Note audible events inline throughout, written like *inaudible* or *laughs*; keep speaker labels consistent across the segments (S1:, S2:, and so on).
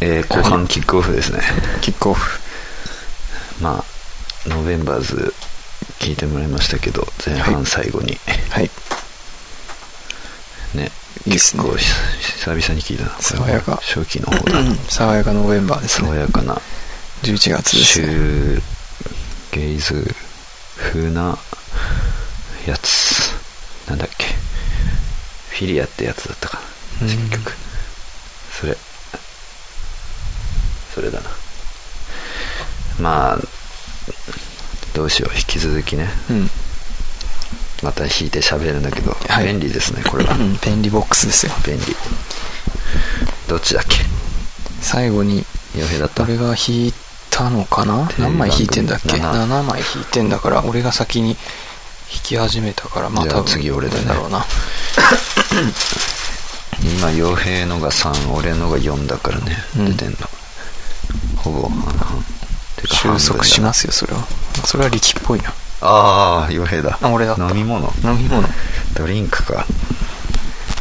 S1: えー後半キックオフですね。
S2: キックオフ。
S1: まあ、ノーベンバーズ聞いてもらいましたけど、前半最後に、
S2: はい。
S1: ね、
S2: いいですね
S1: こう、ひ久々に聞いたな。これ
S2: 爽やか
S1: 初期の方だ。
S2: 爽やかノーベンバーです
S1: 爽
S2: ね。
S1: やか
S2: *laughs*
S1: な、
S2: 11月です
S1: シ
S2: ね。
S1: ューゲイズ風なやつ。なんだっけ。フィリアってやつだったか
S2: う
S1: な。
S2: ん
S1: 新曲。それ。それだな。まあ、どうしよう。引き続きね。
S2: うん。
S1: また弾いて喋るんだけど、
S2: はい
S1: 便利ですねこれは
S2: うん *clears throat* 便利ボックスですよ。
S1: 便利どっちだっけ
S2: 最後に、
S1: 洋平だった
S2: 俺が弾いたのかな
S1: テレビ番組
S2: 何枚弾いてんだっけ
S1: 七
S2: ?7 枚弾いてんだから、俺が先に弾き始めたから、まあ
S1: じゃあ
S2: 多分。
S1: 次俺だね
S2: だろうな。
S1: 今洋平のが3俺のが4だからね、
S2: うん
S1: 出てんのほぼ半々てか
S2: 収束し
S1: 半分だな
S2: ますよ、それは。それは力っぽいな。
S1: ああ洋平だ
S2: あ俺だった
S1: 飲み物
S2: 飲み物。
S1: ドリンクか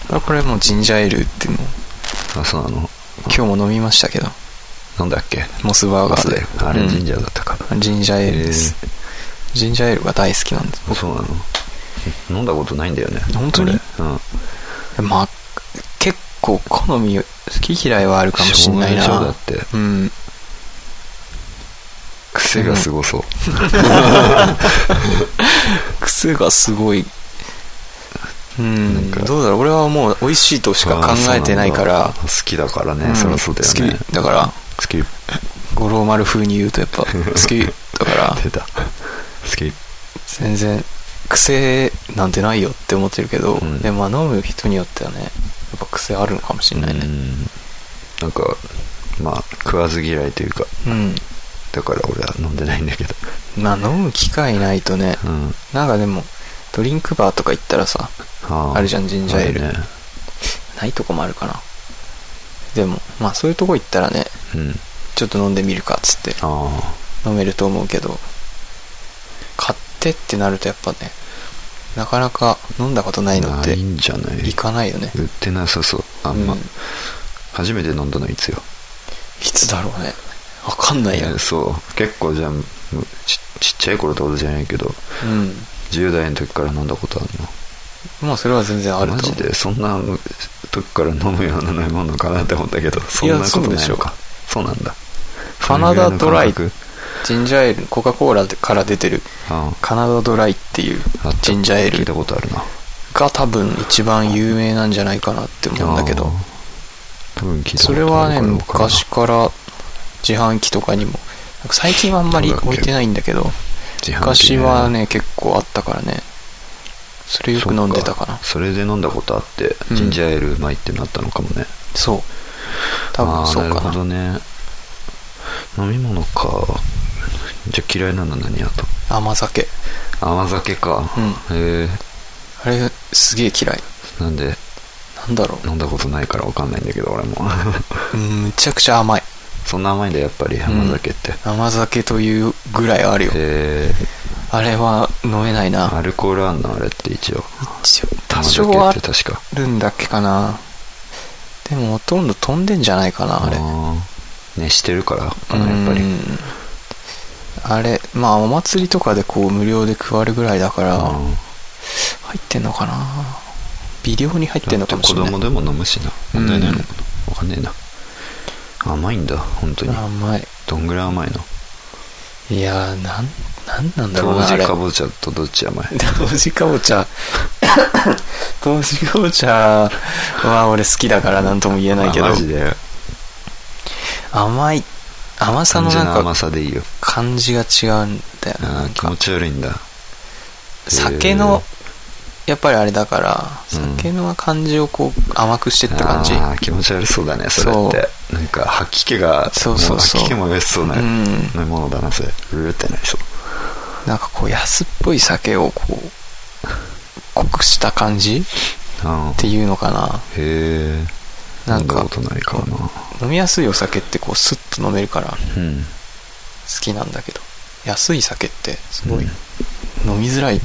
S2: あこれもうジンジャーエールっていうのを
S1: あそうなの
S2: 今日も飲みましたけど
S1: なんだっけ
S2: モスバーガーで
S1: バスだよあれ神
S2: ジ
S1: 社だったか、
S2: ャジンジャーエールです、ジンジャーエールが大好きなんです
S1: そうなの飲んだことないんだよね
S2: 本当に
S1: 俺うん
S2: まあ結構好み好き嫌いはあるかもしんない
S1: しょうが
S2: な
S1: でしょだって
S2: うん
S1: 癖がすごそう、
S2: 癖がすごいうん
S1: なんか
S2: どうだろう俺はもう美味しいとしか考えてないか
S1: あーそうな
S2: ら
S1: んだ好きだからね、
S2: ん
S1: そりゃそうだよね
S2: 好きだから
S1: 好き
S2: 五郎丸風に言うとやっぱ好きだから
S1: 出た好き
S2: 全然癖なんてないよって思ってるけど、
S1: うん
S2: でもまあ飲む人によってはねやっぱ癖あるのかもしれないね
S1: んなんかまあ食わず嫌いというか
S2: うん、
S1: だから俺は飲んでないんだけど
S2: まあ飲む機会ないとね
S1: うん
S2: なんかでもドリンクバーとか行ったらさ
S1: あ
S2: あるじゃんジンジャーエール、
S1: あるね
S2: ないとこもあるかなでもまあそういうとこ行ったらね
S1: うん
S2: ちょっと飲んでみるかっつって
S1: あ
S2: 飲めると思うけど買ってってなるとやっぱねなかなか飲んだことな
S1: あ
S2: いのって
S1: いんじゃない
S2: 行かないよね
S1: 売ってなさそうあんま、
S2: うんい
S1: 初めて飲んだのいつよ
S2: つだろうねわかんないよ
S1: えーそう結構じゃあむちちっちゃい頃ってことじゃないけど
S2: うん
S1: 10代の時から飲んだことあるの
S2: まあそれは全然あると
S1: マ
S2: 思う
S1: ジでそんな時から飲むような飲み物かなって思ったけどそんなことないのかそうなんだ
S2: カナダドライ
S1: それぐらいの感覚
S2: ジンジャーエールコカ・コーラから出てる
S1: あ
S2: カナダドライっていう
S1: ああった
S2: ジンジャーエー
S1: 聞いた
S2: ル
S1: ことあるな
S2: が多分一番有名なんじゃないかなって思うんだけ
S1: あ
S2: ど
S1: ー多分聞いた
S2: そ
S1: ことある
S2: れはね
S1: から分からん
S2: 昔から自販機とかにもなんか最近はあんまり置いてないんだけど
S1: 自販機ね
S2: 昔はね結構あったからねそれよく飲んでたかな
S1: そっそれで飲んだことあって、
S2: うん
S1: ジンジャーエールうまいってなったのかもね
S2: そう多分そう
S1: あーな
S2: か
S1: るほ
S2: な
S1: どね飲み物かじゃあ嫌いなの何やと
S2: 甘酒
S1: 甘酒か、
S2: う
S1: へえ
S2: あれすげえ嫌い
S1: なんで
S2: なんだろ
S1: 飲んだことないから分かんないんだけど俺も
S2: ううんむちゃくちゃ甘い
S1: そんな甘いんだやっぱり甘酒って、
S2: 甘酒というぐらいあるよ
S1: え
S2: あれは飲めないな
S1: ー、アルコールあんのあれって一応
S2: 多少
S1: 甘
S2: あ
S1: 酒って確か
S2: るんだっけかなでもほとんど飛んでんじゃないかなあれ
S1: ー熱してるからかなやっぱ
S2: う
S1: り
S2: んあれまあお祭りとかでこう無料で配るぐらいだから
S1: あー
S2: 入ってんのかな微量に入ってんのかもしれ
S1: だ
S2: な
S1: って
S2: い
S1: 子供でも飲むしな問題ないのかな、わかんねえな甘いんだ本当に
S2: 甘い
S1: どんぐらい甘いの
S2: いやーなんなんなんだろう
S1: 当
S2: なあ
S1: 時
S2: れ
S1: かぼちゃとどっち甘い
S2: *laughs* 当時かぼちゃ *laughs* 当時かぼちゃは俺好きだから何とも言えないけど
S1: あマジで
S2: 甘い甘さ
S1: 感
S2: の
S1: じ
S2: なん
S1: の
S2: か
S1: 甘さでいいよ
S2: 感じが違うんだよな
S1: あ
S2: な
S1: ー
S2: ん
S1: 気
S2: か
S1: 持ち悪いんだ
S2: 酒のやっぱりあれだから酒の感じをこう甘くしてった感じ
S1: あー気持ち悪そうだねそれってなんか吐き気が
S2: そうそう
S1: も
S2: そう
S1: 吐き気もよしそうな
S2: う
S1: 飲
S2: ん
S1: み物だなそれうーってなりそう
S2: なんかこう安っぽい酒をこう濃くした感じっ
S1: うんへ
S2: ていうのかな
S1: え
S2: な
S1: 飲
S2: ん
S1: んだ
S2: か
S1: ことないかもな
S2: 飲みやすいお酒ってこうスッと飲めるから好
S1: うん
S2: きなんだけど安い酒ってすごい飲みづらい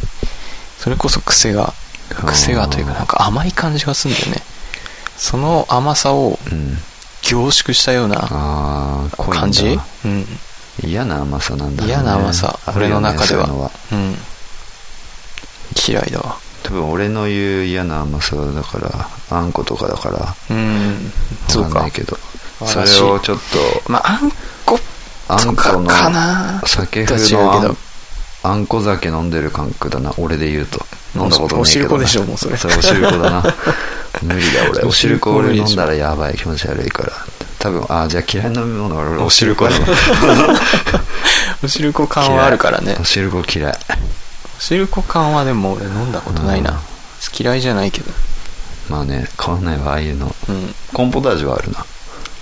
S2: それこそ癖が癖がというかなんか甘い感じがするんだよねその甘さを
S1: うん
S2: 凝縮したような
S1: ああ濃いんだ
S2: 感じうん
S1: 嫌な甘さなんだろうね
S2: 嫌な甘さ
S1: ある
S2: 俺
S1: よね
S2: の中では
S1: そういうの
S2: うん嫌いだわ
S1: 多分俺の言う嫌な甘さはだからあんことかだから
S2: うんそ
S1: わか
S2: う
S1: ん
S2: か
S1: ないけどそ
S2: 私
S1: れをちょっと
S2: まああんこ
S1: あ
S2: と
S1: ん
S2: か
S1: この
S2: かな
S1: 酒
S2: とは
S1: 風
S2: 違
S1: の
S2: う
S1: あ
S2: けど
S1: んあんこ酒飲んでる感覚だな俺で言うと飲んだことないけどな
S2: おしるこでしょもうそれ
S1: それおしるこ
S2: *laughs*
S1: だな無理だ俺お
S2: お
S1: し
S2: し
S1: る
S2: る
S1: こ
S2: こ
S1: 俺
S2: 無理
S1: 飲
S2: でしょ
S1: んだらやばい気持ち悪いから多分あじゃあ嫌いな飲み物は俺おしるこだな
S2: おしるこ感はあるからね
S1: おしるこ嫌い
S2: おしるこ感はでも俺飲んだことないな、
S1: うん
S2: 嫌いじゃないけど
S1: まあね変わんないわああいうの
S2: うん
S1: コンポタージュはあるな、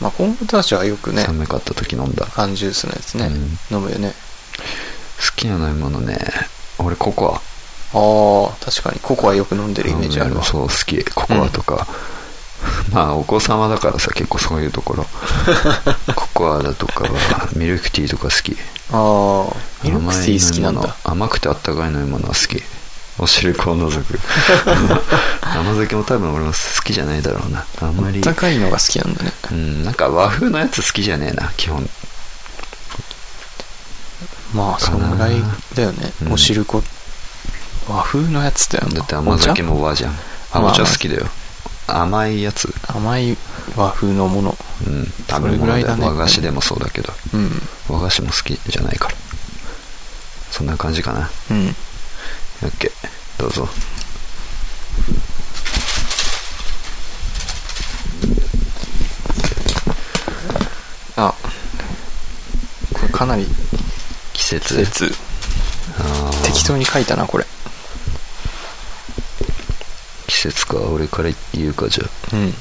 S2: まあ今後たちはよくね
S1: 寒かった時飲んだ好
S2: 缶ジュースのやつね、飲むよね
S1: きな飲み物ね俺ココア
S2: ああ確かにココアよく飲んでるイメージあるわ、
S1: うんそう好きココアとか、まあお子様だからさ結構そういうとこ
S2: *laughs*
S1: ろココアだとかはミルクティーとか好き
S2: ああミルクティー好きなんだ
S1: 甘い飲み物甘くてあったかい飲み物は好きお汁粉を除
S2: *laughs*
S1: く甘酒も多分俺も好きじゃないだろうなあんまり
S2: あったかいのが好きなんだね
S1: うんなんか和風のやつ好きじゃねえな基本
S2: まあそのぐらいだよね、
S1: うん
S2: おしるこ和風のやつだよな
S1: だって甘酒
S2: お
S1: も和じゃんあ
S2: まあ
S1: お茶好きだよ甘いやつ
S2: 茶甘い和風のもの
S1: うん食
S2: そ
S1: べ
S2: れぐ
S1: 物
S2: らい
S1: で
S2: だね
S1: 和菓子でもそうだけど
S2: うん
S1: 和菓子も好きじゃないからそんな感じかな
S2: うん
S1: OK どうぞ
S2: あこれかなり
S1: 季節
S2: 季節
S1: あー
S2: 適当に書いたなこれ
S1: 季節か俺から言うかじゃあ
S2: うん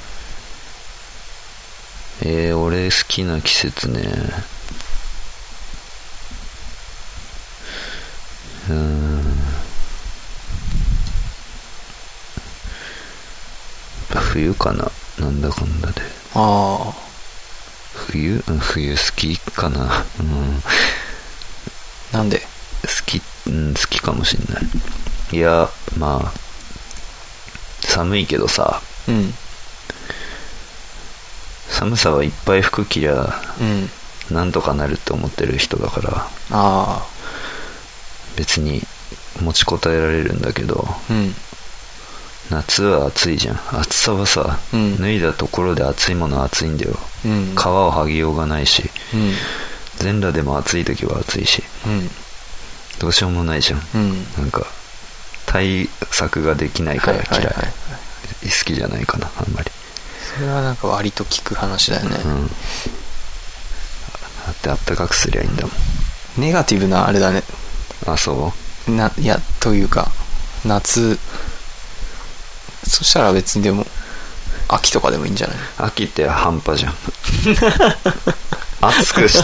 S1: えー、俺好きな季節ねうーん冬かななんだかんだで
S2: あ
S1: 冬うん冬好きかなうん
S2: あなんで
S1: 好き、うん、好きかもしんないいやまあ寒いけどさ
S2: うん
S1: 寒さはいっぱい服着りゃ
S2: うん
S1: なんとかなるって思ってる人だから
S2: あ
S1: 別に持ちこたえられるんだけど
S2: あうん
S1: 夏は暑いじゃん暑さはさ、
S2: うん
S1: 脱いだところで暑いものは暑いんだよ
S2: うん
S1: 皮を剥ぎようがないし
S2: うん
S1: 全裸でも暑い時は暑いし
S2: うん
S1: どうしようもないじゃん
S2: うん
S1: なんか対策ができないから嫌い,、
S2: はいはいはい
S1: 好きじゃないかなあんまり
S2: それはなんか割と聞く話だよね、
S1: うんだってあったかくすりゃいいんだも
S2: ネガティブなあれだね
S1: んあそ
S2: ないやというか夏そしたら別にでも秋とかでもいいんじゃないう
S1: 秋って半端じゃん *laughs* 暑くし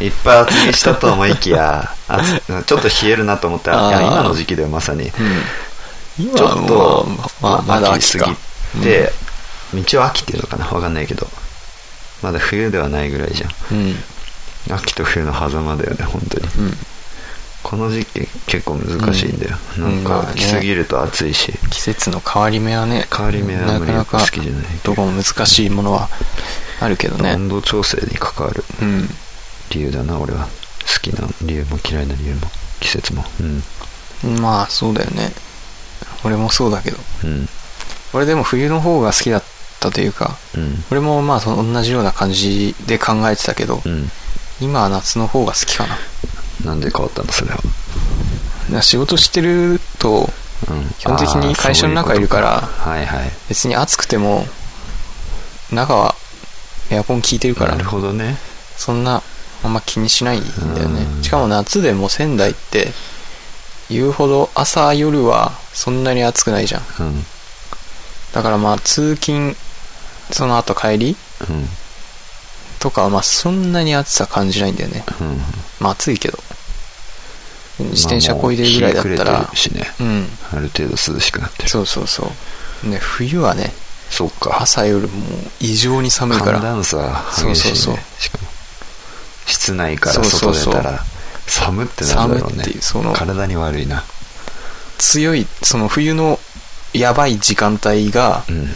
S1: いっぱい暑いしたと思いきや暑ちょっと冷えるなと思ったらいや
S2: あー
S1: 今の時期だよまさに
S2: うん今
S1: ちょっと
S2: は、まあまあまだ秋
S1: 秋
S2: か
S1: 過ぎて、道は秋っていうのかなわかんないけどまだ冬ではないぐらいじゃん
S2: うん
S1: 秋と冬の狭間だよね本当に
S2: うん
S1: この時期結構難しいんだよ、
S2: うん
S1: なん
S2: うんま
S1: か
S2: あね
S1: 来すぎると暑いし、
S2: 季節の変わり目はね
S1: 変わり目はあんまり
S2: なか
S1: 好
S2: な
S1: き
S2: か
S1: じゃないけど
S2: どこも難しいものはあるけどね
S1: 温度調整に関わる
S2: うん
S1: 理由だな俺は好きな理由も嫌いな理由も季節もうん
S2: まあそうだよね俺もそうだけど
S1: うん
S2: 俺でも冬の方が好きだったというか
S1: うん
S2: 俺もまあその同じような感じで考えてたけど、
S1: うん
S2: 今は夏の方が好きかな
S1: なんで変わったのそれは、
S2: だから仕事してる
S1: う
S2: と
S1: ん、
S2: 基本的
S1: あー
S2: に会社の中いるから
S1: そういうことはいはい
S2: 別に暑くても中はエアコン効いてるから
S1: なるほどね
S2: そんなあんま気にしないんだよね
S1: うん
S2: しかも夏でも仙台って言うほど朝夜はそんなに暑くないじゃん
S1: うん
S2: だからまあ通勤その後帰り
S1: うん
S2: とかはまあそんなに暑さ感じないんだよね
S1: うん
S2: まあ暑いけど自転車こいでるぐらいだった
S1: まあ
S2: ら、
S1: もう日暮れてるしね
S2: うん
S1: ある程度涼しくなってる
S2: そうそうそうね冬はね
S1: そうか
S2: 朝夜もう異常に寒いか
S1: 寒
S2: ら
S1: 暖差激しい、ね、
S2: そうそうそう
S1: しかも室内から
S2: そうそ
S1: 外
S2: うそう
S1: 出たら寒ってなんだろう
S2: 寒
S1: ね
S2: っていうその
S1: 体に悪いな
S2: 強いその冬のやばい時間帯が
S1: うん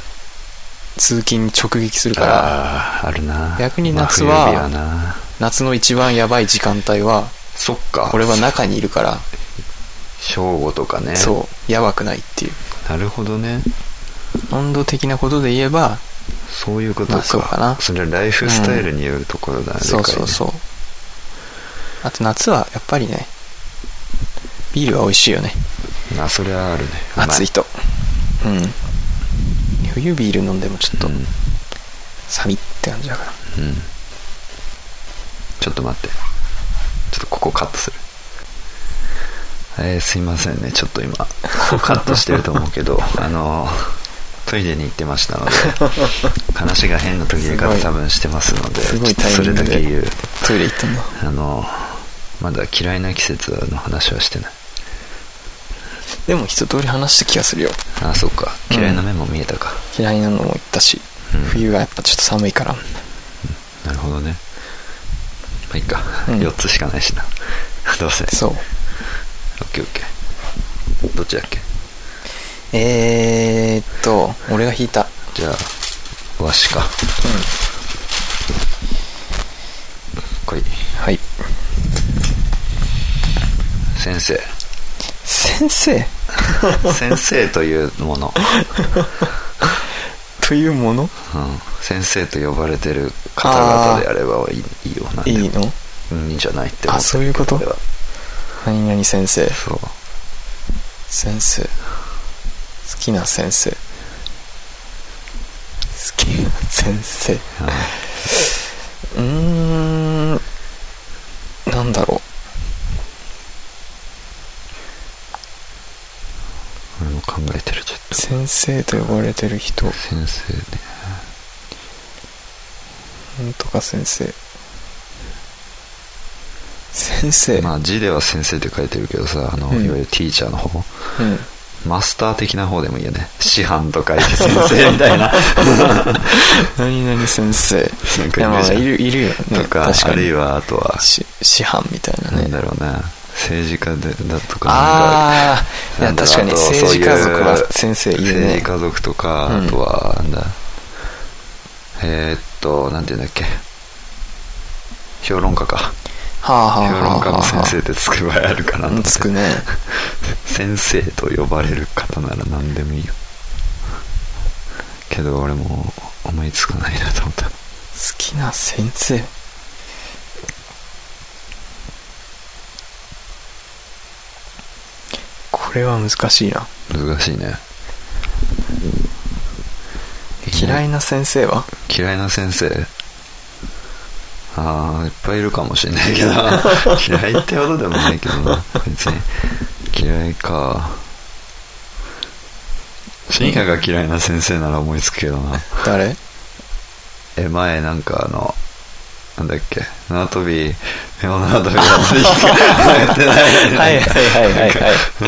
S2: 通勤に直撃するから、
S1: ああーあるな
S2: 逆に夏
S1: 真
S2: は
S1: 冬日な
S2: 夏の一番やばい時間帯は、
S1: そっか
S2: 俺は中にいるから、
S1: 正午とかね
S2: そう、やばくないっていう。
S1: なるほどね
S2: 温度的なことで言えば、
S1: そういうこと
S2: まあ
S1: か
S2: そうかな。
S1: それはライフスタイルによるところだね、
S2: そうそう
S1: う
S2: そう。あと夏はやっぱりね、ビールは美味しいよね。
S1: まあそれはあるね
S2: 暑い
S1: い
S2: と。うん。冬ビール飲んでもちょっと
S1: うん、うん、
S2: 寒いって感じだから。
S1: ちょっと待ってちょっとここカットするえー、すいませんねちょっと今ここカットしてると思う
S2: *laughs*
S1: けどあのトイレに行ってましたので話が変な途切れ方
S2: すごい
S1: 多分してますのです
S2: ごい
S1: ちょっとそれだ
S2: タ
S1: け
S2: イミン
S1: 言う
S2: トイレ行ったんだ。
S1: あのまだ嫌いな季節の話はしてない
S2: でも一通り話した気がするよ。
S1: あそっか
S2: うん
S1: 嫌いな面も見えたか、
S2: 嫌いなのも行ったし、
S1: うん
S2: 冬はやっぱちょっと寒いから。
S1: なるほどねまあいいか、
S2: うん
S1: 4つしかないし *laughs* などうせオッ
S2: そう。
S1: ケーオッケーどっちだっけ
S2: えーっと、俺が引いた。
S1: じゃあわしかこい
S2: はい。
S1: 先生
S2: 先生
S1: 先生というもの、
S2: というもの
S1: うん、先生と呼ばれてる方々であればいいいいよなんで
S2: い
S1: も
S2: いの
S1: うんいいんじゃないって思
S2: あ、そういうこと
S1: 俺は
S2: 何々先生。
S1: そう
S2: 先生好きな先生好きな先生う
S1: うん
S2: ーんなんだろ
S1: 俺も考えてるちょっ
S2: う
S1: と
S2: 先生と呼ばれてる人な
S1: 先生ね
S2: んとか先生先生、
S1: まあ字では先生って書いてるけどさあの、
S2: うん
S1: いわゆるティーチャーの方
S2: うん
S1: マスター的な方でもいいよね師範と書いて先生み
S2: *laughs*
S1: たいな
S2: 何々先生
S1: なん
S2: い
S1: か
S2: やま
S1: イメー
S2: あ
S1: ジ
S2: いるいるよね
S1: とか
S2: 確
S1: あ
S2: か
S1: るい
S2: に
S1: はあとは
S2: し師範みたいな
S1: なん
S2: ね
S1: だろうな政治家でだとかなんか
S2: ああい
S1: な
S2: や
S1: んだろ
S2: 確
S1: う
S2: かに
S1: あとそう
S2: 政治家族は
S1: いう
S2: 先生いる
S1: 政治
S2: ね
S1: 家族とか、
S2: うん
S1: あとはなんだえー、っとなんて言うんだっけ評論家か
S2: はあはあ
S1: 評
S2: はあ
S1: 論家
S2: は
S1: の
S2: あ
S1: 先生ってつく場合あるかなと
S2: う
S1: 思
S2: ん
S1: って
S2: つくね
S1: 先生と呼ばれる方なら何でもいいよけど俺も思いつかないなと思った
S2: 好きな先生これは難しいな
S1: 難しいね
S2: 嫌いな先生は
S1: 嫌いな先生ああいっぱいいるかもしれない
S2: *laughs*
S1: けど嫌いってほどでもないけどな別に嫌いか深夜が嫌いな先生なら思いつくけどな
S2: 誰
S1: え前なんかあのなんだっけ縄跳
S2: *laughs*
S1: び妙な縄跳びやっていいかやってない
S2: はいはいはいはいはい
S1: な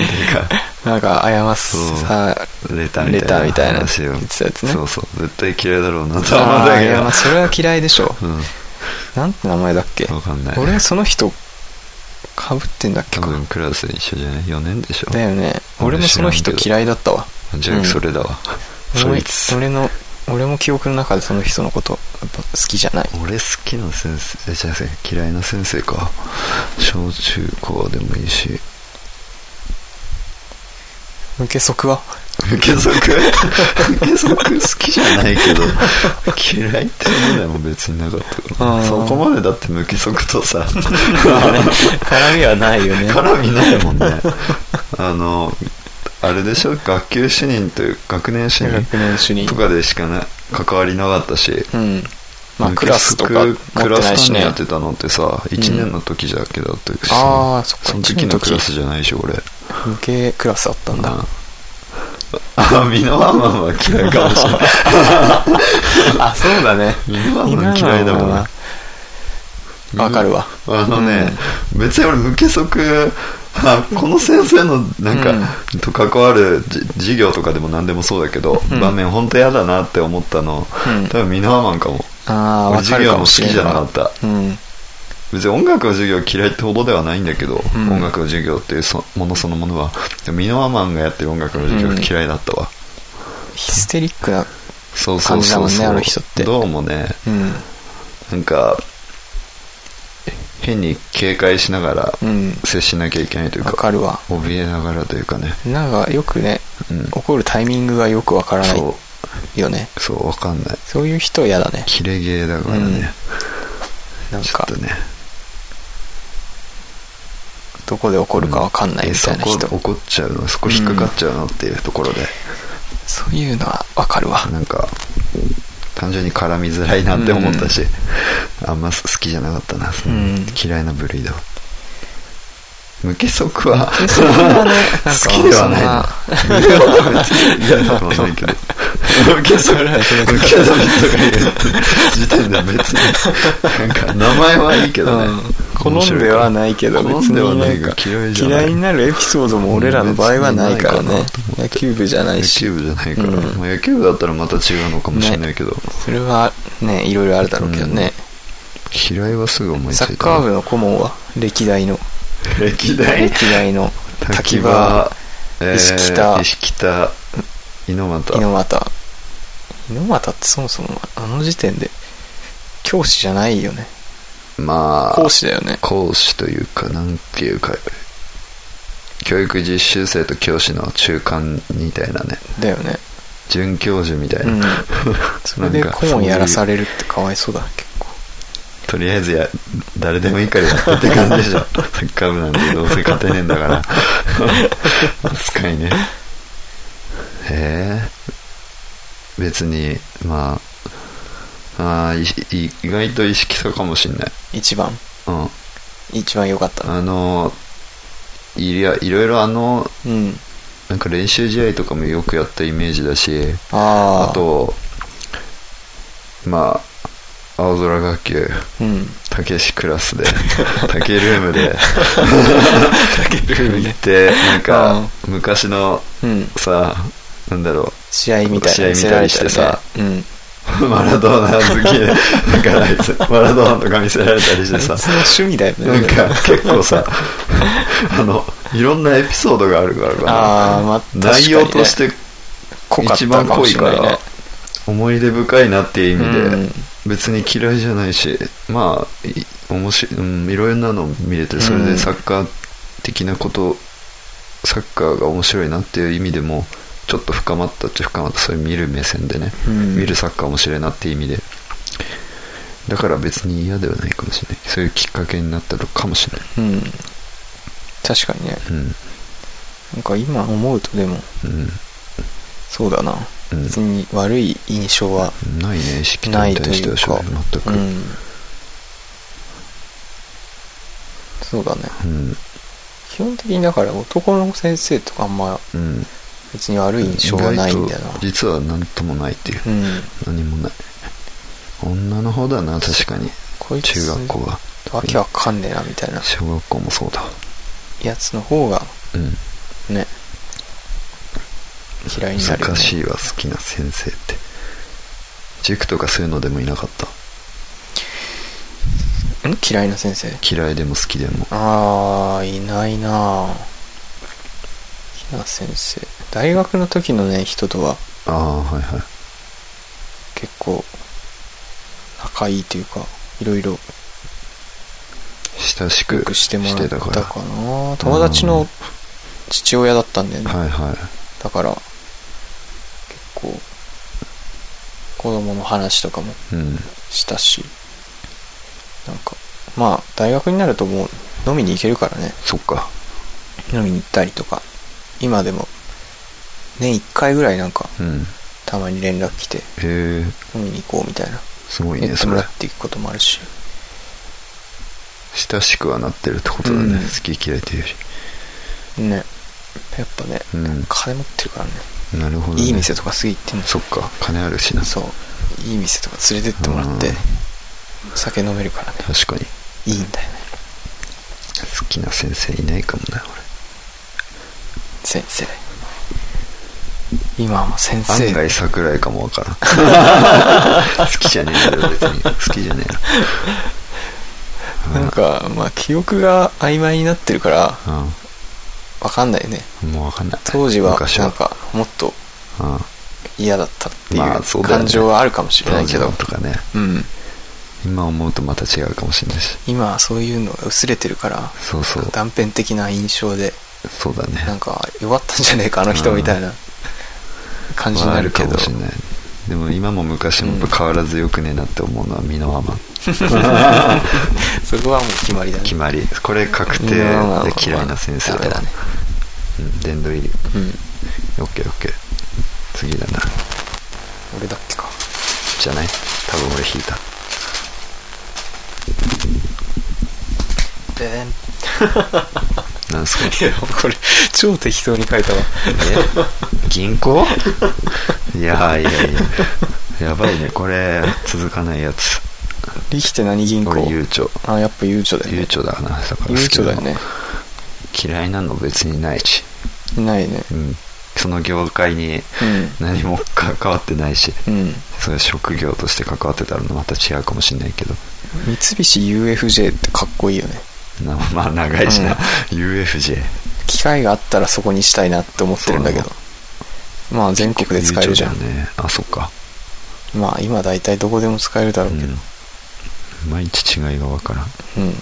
S1: んていうか
S2: なんか過
S1: そう
S2: すさ
S1: レターみ
S2: レタ
S1: た
S2: ー
S1: い
S2: み
S1: な
S2: たいな
S1: 話を
S2: 言ってたやつね
S1: そうそう絶対嫌いだろうなとは思うん
S2: あ
S1: だ
S2: ーい
S1: け
S2: やまあ
S1: ど
S2: それは嫌いでしょなんて名前だっけ
S1: うんわかんない
S2: 俺その人かぶってんだっけ
S1: 多
S2: か
S1: 分クラス一緒じゃない4年でしょ
S2: だよね
S1: 俺
S2: 俺もその人嫌いだったわ
S1: じゃあそれだわ、そ
S2: 俺
S1: いつ
S2: 俺の俺も記憶の中でその人のことやっぱ好きじゃない
S1: 俺好きな先生えじゃあ嫌いな先生か小中高でもいいし
S2: 無け
S1: *laughs*
S2: 息は
S1: 下
S2: *laughs*
S1: 足下足好きじゃないけど嫌いってものでも別になかったか
S2: う
S1: なんそこまでだって無下足とさ
S2: 絡みはないよね
S1: 絡みないもん
S2: *laughs*
S1: ねあのあれでしょ学級主任という学年主任
S2: 学年主任
S1: とかでしかね関わりなかったし
S2: うんまあ
S1: 無
S2: ク
S1: 機
S2: ラスとか持っ
S1: ク
S2: て
S1: ラ
S2: ない
S1: ス
S2: し
S1: 単位や
S2: ね
S1: ってたのってさ1年の時じゃけどだって
S2: ああそっか
S1: その時のクラスじゃないでしょ俺
S2: 無形クラスあったんだ
S1: ああミノワンマンは嫌いか
S2: *laughs*
S1: もしれない
S2: あそうだね
S1: ミノワンマン嫌いだもんな
S2: わかるわ
S1: あのね、別に俺無計測
S2: *laughs*
S1: あこの先生のなんか、と関わるじ授業とかでも何でもそうだけど、
S2: うん
S1: 場面本当嫌だなって思ったの、
S2: うん
S1: 多分ミノワンマンかも
S2: ああ
S1: 俺
S2: わか
S1: 授
S2: る
S1: 業
S2: か
S1: も
S2: も
S1: 好
S2: しれ
S1: き
S2: ない
S1: じゃなかった
S2: うん
S1: 別に音楽の授業嫌いってほどではないんだけど、
S2: うん
S1: 音楽の授業っていうそものそのものはでもミノワマンがやってる音楽の授業が嫌いだったわ、
S2: ヒステリックな
S1: そうそうそう
S2: 感じ
S1: そう
S2: だもんねあの人って
S1: どうもね
S2: うん
S1: なんか変に警戒しながら
S2: うん
S1: 接しなきゃいけないという
S2: わ
S1: か
S2: かるわ
S1: 怯えながらというかね、
S2: なんかよくね
S1: うん、
S2: 怒るタイミングがよくわからない
S1: そ
S2: よね
S1: うそうわかんない
S2: そういう人は嫌だね
S1: キレゲーだからね、
S2: うんなん
S1: ちょ
S2: か
S1: っとね
S2: どこで怒るかわかんな
S1: え
S2: いみ
S1: そ
S2: たいな
S1: こ
S2: 人
S1: 怒っちゃうのそこ引っかかっちゃうのっていうところで、
S2: そういうのはわかるわ
S1: なんか単純に絡みづらいなって思ったし、あんま好きじゃなかったな、その
S2: うん
S1: 嫌いな部類だわ無計測は
S2: そんなねなんか
S1: 好きではない
S2: そん
S1: な
S2: な
S1: 嫌だとはないけど無計測無計測とかいう時点で別になんか名前はいいけどね、
S2: うん好んではないけど
S1: 好
S2: 別
S1: ん
S2: に
S1: ではな
S2: ないん
S1: が
S2: か
S1: 嫌いじゃない
S2: 嫌いになるエピソードも俺らの場合はないか
S1: 別
S2: ら
S1: にない
S2: ね
S1: か
S2: 野球部じゃな
S1: 野
S2: いし
S1: 球部じゃないから、
S2: うん
S1: まあ、野球部だったらまた違うのかもしれないけど、
S2: それはねいろいろあるだろうけどね
S1: 嫌いはすぐ思いつい
S2: サ
S1: た
S2: ッカー部の顧問は歴代の
S1: 部歴代
S2: 歴代の
S1: 滝
S2: 滝
S1: 場
S2: 場、
S1: えー
S2: 石北
S1: 石北猪俣
S2: 猪俣猪俣ってそもそもあの時点で教師じゃないよね
S1: まあ
S2: 講師だよね
S1: 講師というかなんていうか教育実習生と教師の中間みたいなね
S2: だよね
S1: 准教授みたいうな、 *laughs*
S2: んそれで
S1: なんか
S2: 顧問やらされるってかわいそうだ結構
S1: とりあえずや誰でもいいからやってって感じでしょサッカー部なんてどうせ勝てねえんだから扱いねへえ別にまああーいい意外と意識差かもしんない
S2: 一番
S1: うん
S2: 一番良かった
S1: あのいやいろいろあの
S2: うん
S1: なんか練習試合とかもよくやったイメージだし
S2: ああ
S1: あとまあ青空学級
S2: うん
S1: たけしクラス
S2: *laughs*
S1: でたけルームで
S2: ルーム
S1: 行
S2: で
S1: ってなん
S2: う
S1: か
S2: ん
S1: 昔の
S2: うん
S1: さなんだろ
S2: 試合みたいなの見せられたりね
S1: 試合見たり
S2: うん
S1: う *laughs* マラドーナ好
S2: *laughs*
S1: きでなんかあいつマラドーナとか見せられたりして
S2: そ *laughs*
S1: さ
S2: の趣味だよね
S1: なんか結構
S2: *laughs*
S1: さあのいろんなエピソードがあるからか
S2: ああまあ確
S1: な
S2: かに
S1: 内
S2: ね
S1: 容として
S2: 濃かっ
S1: 一
S2: た
S1: 番
S2: かも
S1: 濃い
S2: しれ
S1: か
S2: ないね
S1: ら思い出深いなっていう意味で、
S2: うん
S1: 別に嫌いじゃないしまあい面白い、うん、いろんなの見れてそれ
S2: う
S1: で
S2: ん
S1: サッカー的なこと、サッカーが面白いなっていう意味でもちょっと深まったっちゃ深まったそれ見る目線でね、
S2: うん
S1: 見るサッカー面白いなっていう意味でだから別に嫌ではないかもしれないそういうきっかけになったのかもしれない
S2: うん確かにね
S1: う
S2: なんか今思うとでも
S1: んうん
S2: そうだな
S1: うん
S2: 別に悪い印象は
S1: ないね意識
S2: ない
S1: に
S2: と
S1: 対し
S2: い
S1: て
S2: う
S1: は
S2: か
S1: 全く、
S2: うんそうだね
S1: うん
S2: 基本的にだから男の先生とかあんま
S1: うん、
S2: 別に悪い印象はないんだよな
S1: 意外と実は何ともないっていう
S2: うん
S1: 何もない女の方だな確かに
S2: こいつ
S1: 中学校は
S2: わけわかんねえなみたいな
S1: 小学校もそうだ
S2: やつの方が
S1: うん
S2: ね嫌いになるよね
S1: 難しいわ好きな先生って塾とかそういうのでもいなかった
S2: ん嫌いな先生
S1: 嫌いでも好きでも
S2: あーいないなあ好きな先生大学の時のね人とは
S1: ああはいはい
S2: 結構仲いいというかいろいろ
S1: 親し
S2: よ
S1: く
S2: くしてもらった
S1: た
S2: か
S1: から
S2: な友達の父親だったんだよね
S1: はいはい
S2: だから結構子供の話とかも
S1: うん
S2: したしなんかまあ大学になるともう飲みに行けるからね
S1: そっか
S2: 飲みに行ったりとか今でも年1回ぐらいなんか
S1: うんへ
S2: たまに連絡来て
S1: え
S2: 飲みに行こうみたいな
S1: すごい
S2: 言
S1: ね
S2: って
S1: そ
S2: もら
S1: れ
S2: っていくこともあるし
S1: 親しくはなってるってことだね、
S2: うん
S1: 好き嫌いというよ
S2: ねやっぱね、
S1: うん
S2: 金持ってるからね
S1: りなるほど、ね、
S2: いい店とかすげえ行ってんの
S1: そっか金あるしな
S2: そういい店とか連れてってもらって
S1: うん
S2: 酒飲めるからね
S1: 確かに
S2: いいんだよね
S1: 好きな先生いないかもな
S2: 先生今はもう先
S1: 俺案
S2: 生
S1: 外桜井かもわからん
S2: *laughs*
S1: 好きじゃねえんだよ別に好きじゃね
S2: なんかまあ記憶が曖昧になってるから
S1: えな
S2: わかんないよね
S1: うんもうわかんない
S2: 当時は
S1: 昔
S2: なん
S1: は
S2: かもっと
S1: うん
S2: 嫌だったってい
S1: まあそう
S2: う
S1: だよね
S2: 感情はあるかもしれないけど、
S1: 当時のとかね
S2: うん
S1: 今思うとまた違うかもしれないし
S2: 今はそういうのが薄れてるから
S1: そうそう
S2: 断片的な印象で
S1: そうだ
S2: なん
S1: ね
S2: か弱ったんじゃねえかあの人みたいな感じに
S1: は
S2: な
S1: あ
S2: る
S1: る
S2: け
S1: か
S2: ど
S1: もしれないでも今も昔もやっぱ変わらずよくねえなって思うのは身のまま
S2: そこはもう決まりだね
S1: 決まりこれ確定で嫌いな先生
S2: ダメだね
S1: うん殿堂入り
S2: うん
S1: オッケーオッケー次だな
S2: 俺だっけか
S1: じゃない多分俺引いた
S2: でん
S1: なんすか
S2: いやこれ超適当に書いたわ
S1: え銀行いやいやいややばいねこれ続かないやつ
S2: リヒテ何銀行
S1: 俺悠長
S2: あやっぱ悠長だよ
S1: 悠
S2: ね
S1: 長だなだから好きなの
S2: 悠長だよね
S1: 嫌いなの別にないし、
S2: ないね
S1: うん、その業界に何も関わってないし
S2: うんうん
S1: それ職業として関わってたらまた違うかもしんないけど
S2: 三菱 UFJ ってかっこいいよね
S1: なまあ長いしな、UFJ
S2: 機会があったらそこにしたいなって思ってるんだけど
S1: そ
S2: まあ全国で使えるじゃん
S1: 悠長だよねあそっか
S2: まあ今大体どこでも使えるだろうけど
S1: うん、毎日違いが分からん
S2: うん、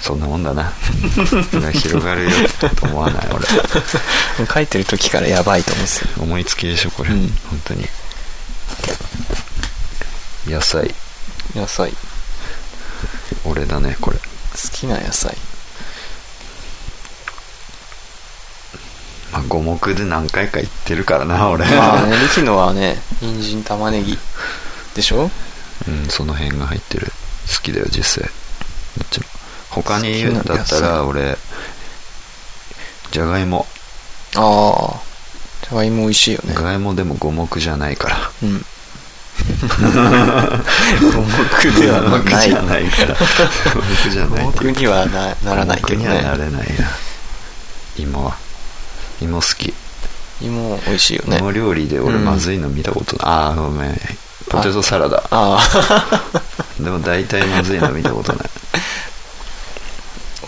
S1: そんなもんだな *laughs* 広がるよと思わない俺
S2: 書いてる時からやばいと思うんですよ
S1: 思いつきでしょこれ、
S2: うん
S1: 本当に野菜
S2: 野菜好
S1: 俺だねこれ
S2: きな野菜
S1: まあ五目で何回か言ってるからな俺、
S2: まあねリキのはね人参玉ねぎでしょ
S1: うんその辺が入ってる好きだよ実際どっちも他に言うんだった
S2: 好きな野
S1: ら俺じゃがいも
S2: ああじゃがいも美味しいよね
S1: じゃがいもでも五目じゃないから
S2: うん五目では
S1: *laughs* 五目
S2: な
S1: じゃ
S2: い
S1: ないから五目じゃない
S2: 五
S1: っていう
S2: 目にはなならないけど
S1: 僕にはな
S2: ね
S1: れないな芋は芋好き、
S2: 芋美味しいよね
S1: 芋料理で俺
S2: うん
S1: まずいの見たことない、ああごめんポテトサラダ
S2: ああ
S1: でも大体まずいの見たことない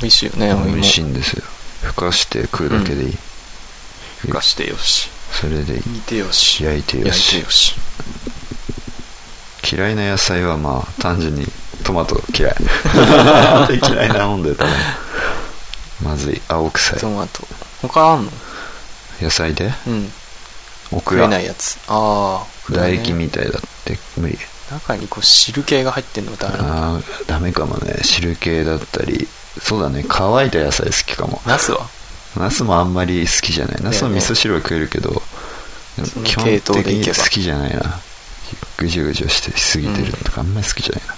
S2: 美味しいよねお
S1: 美
S2: 芋
S1: 味 *laughs* しいんですよふかして食うだけでいい、
S2: ふかしてよし
S1: それでいい
S2: 煮てよし
S1: 焼いてよ
S2: 焼い
S1: して
S2: よし
S1: 嫌いな野菜はまあ単純にトマト *laughs* 嫌い嫌いなもんで多分まずい青臭
S2: トマト他あんの
S1: い野菜で
S2: うん
S1: オク
S2: 食え
S1: ラ
S2: ないやつああ
S1: 唾液みたいだって無理
S2: 中にこう汁系が入ってんのもダメなの
S1: あーダメかもね汁系だったりそうだね乾いた野菜好きかも
S2: ナスは
S1: ナスもあんまり好きじゃないナスの味噌汁は食えるけど、でも
S2: その
S1: 基本
S2: 系統
S1: 的
S2: でい
S1: に
S2: けば
S1: 好きじゃないなぐじゅぐじゅしてしすぎてるとかあんまり好きじゃないな、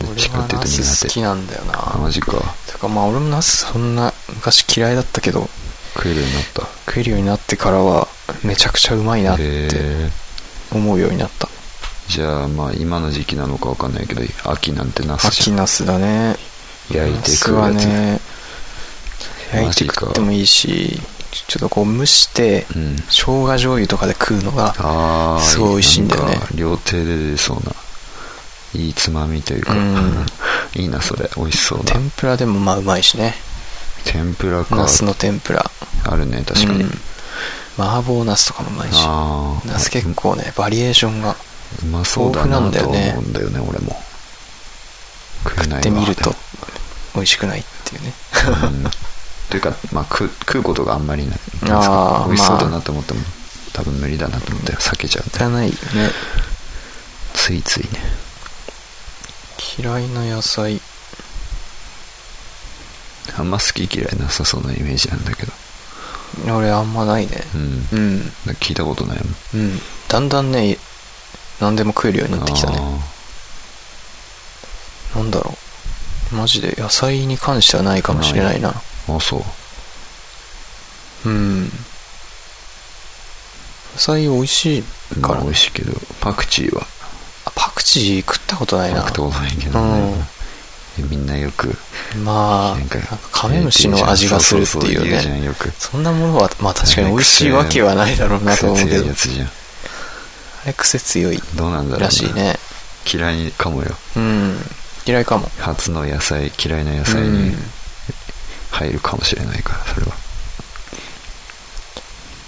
S1: どっ
S2: 俺
S1: ちか
S2: は
S1: っていう
S2: ナ
S1: と
S2: ス好
S1: 苦手
S2: きなんだよ
S1: あ
S2: な
S1: マジか
S2: てかまあ俺もナスそんな昔嫌いだったけど
S1: 食えるようになった
S2: 食えるようになってからはめちゃくちゃうまいなって
S1: へ
S2: 思うようになった
S1: ーじゃあまあ今の時期なのかわかんないけど秋なんてナス
S2: 秋
S1: じゃん
S2: ナスだね
S1: 焼いて食う
S2: ナ
S1: や
S2: ス
S1: つ、
S2: はね焼いて食っても
S1: いい
S2: いいしちょちょっとこう蒸して
S1: うん
S2: 生姜醤油とかで食うのが
S1: ああ
S2: すごい美味しいんだよね
S1: 料亭で出そうないいつまみというか、
S2: うん
S1: *laughs* いいなそれ美味しそうな
S2: 天ぷらでもまあうまいしね
S1: 天ぷらか
S2: ナスの天ぷら
S1: あるね確かに、
S2: うん麻婆ナスとかもうまいし
S1: ああ
S2: ナス結構ねバリエーションが
S1: うまそうだ
S2: 豊富な
S1: なん
S2: だ
S1: と
S2: よね
S1: 思うんだよね俺も食えないわ
S2: 食ってみると
S1: うん
S2: 美味しくないっていうね
S1: というか、まあ、食う食うことがあんまりない
S2: あー
S1: なんか
S2: まあ
S1: 美味しそうだなと思っても、多分無理だなと思って避けちゃうんだよ
S2: 汚いよね
S1: ついついね
S2: 嫌いな野菜
S1: あんま好き嫌いなさそうなイメージなんだけど
S2: 俺あんまないね
S1: うん
S2: うん
S1: 聞いたことないもん
S2: うんだんだんね何でも食えるようになってきたね
S1: あ
S2: なんだろうマジで野菜に関してはないかもしれないな
S1: ーあそう
S2: うん野菜美味しい
S1: か
S2: からら
S1: 美味しいけどパクチーは
S2: あパクチー食ったことない
S1: パ
S2: な
S1: クったことないけどねえみんなよく
S2: まあ
S1: な
S2: なんん
S1: か
S2: かカメムシの味がするっていう
S1: 言うじゃ
S2: ね
S1: んよく
S2: そんなものはまあ確かに美味しいわけはないだろうなと思うけ
S1: 強い
S2: ど
S1: やつじゃん
S2: あれ癖強い
S1: どうなんだろうな
S2: らしいね
S1: 嫌いかもよ
S2: うん嫌いかも
S1: 初の野菜嫌いな野菜
S2: う
S1: に
S2: ん
S1: 入るかもしれないからそれは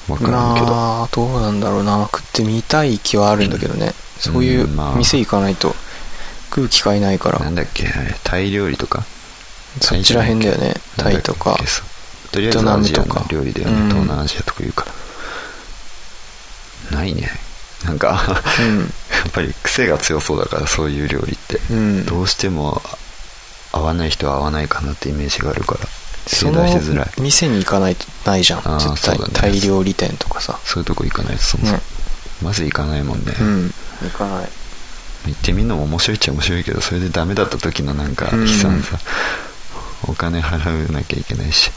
S1: わからんけど
S2: まあどうなんだろうな食ってみたい気はあるんだけどね、そういう
S1: うんまあ
S2: 店行かないと食う機会ないから
S1: なんだっけあれタイ料理とか
S2: そっちらへんだよねタイと
S1: なん
S2: か
S1: だっけそうとりあえずアジアの料理だよね、
S2: うん
S1: 東南アジアとかいうからないねなんか *laughs* やっぱり癖が強そうだからそういう料理って、
S2: うん、うん、
S1: どうしても合わない人は合わないかなってイメージがあるから
S2: そ
S1: 信
S2: の
S1: 頼しづらい
S2: 店に行かないとないじゃん
S1: あー
S2: 絶対、
S1: そうだね
S2: タイ料理店とかさ
S1: そういうとこ行かないとそもそも、
S2: ね
S1: まず行かないもんね、
S2: うん行かない
S1: 行ってみるのも面白いっちゃ面白いけどそれでダメだった時のなんか
S2: うん
S1: 悲惨さ、お金払わなきゃいけないし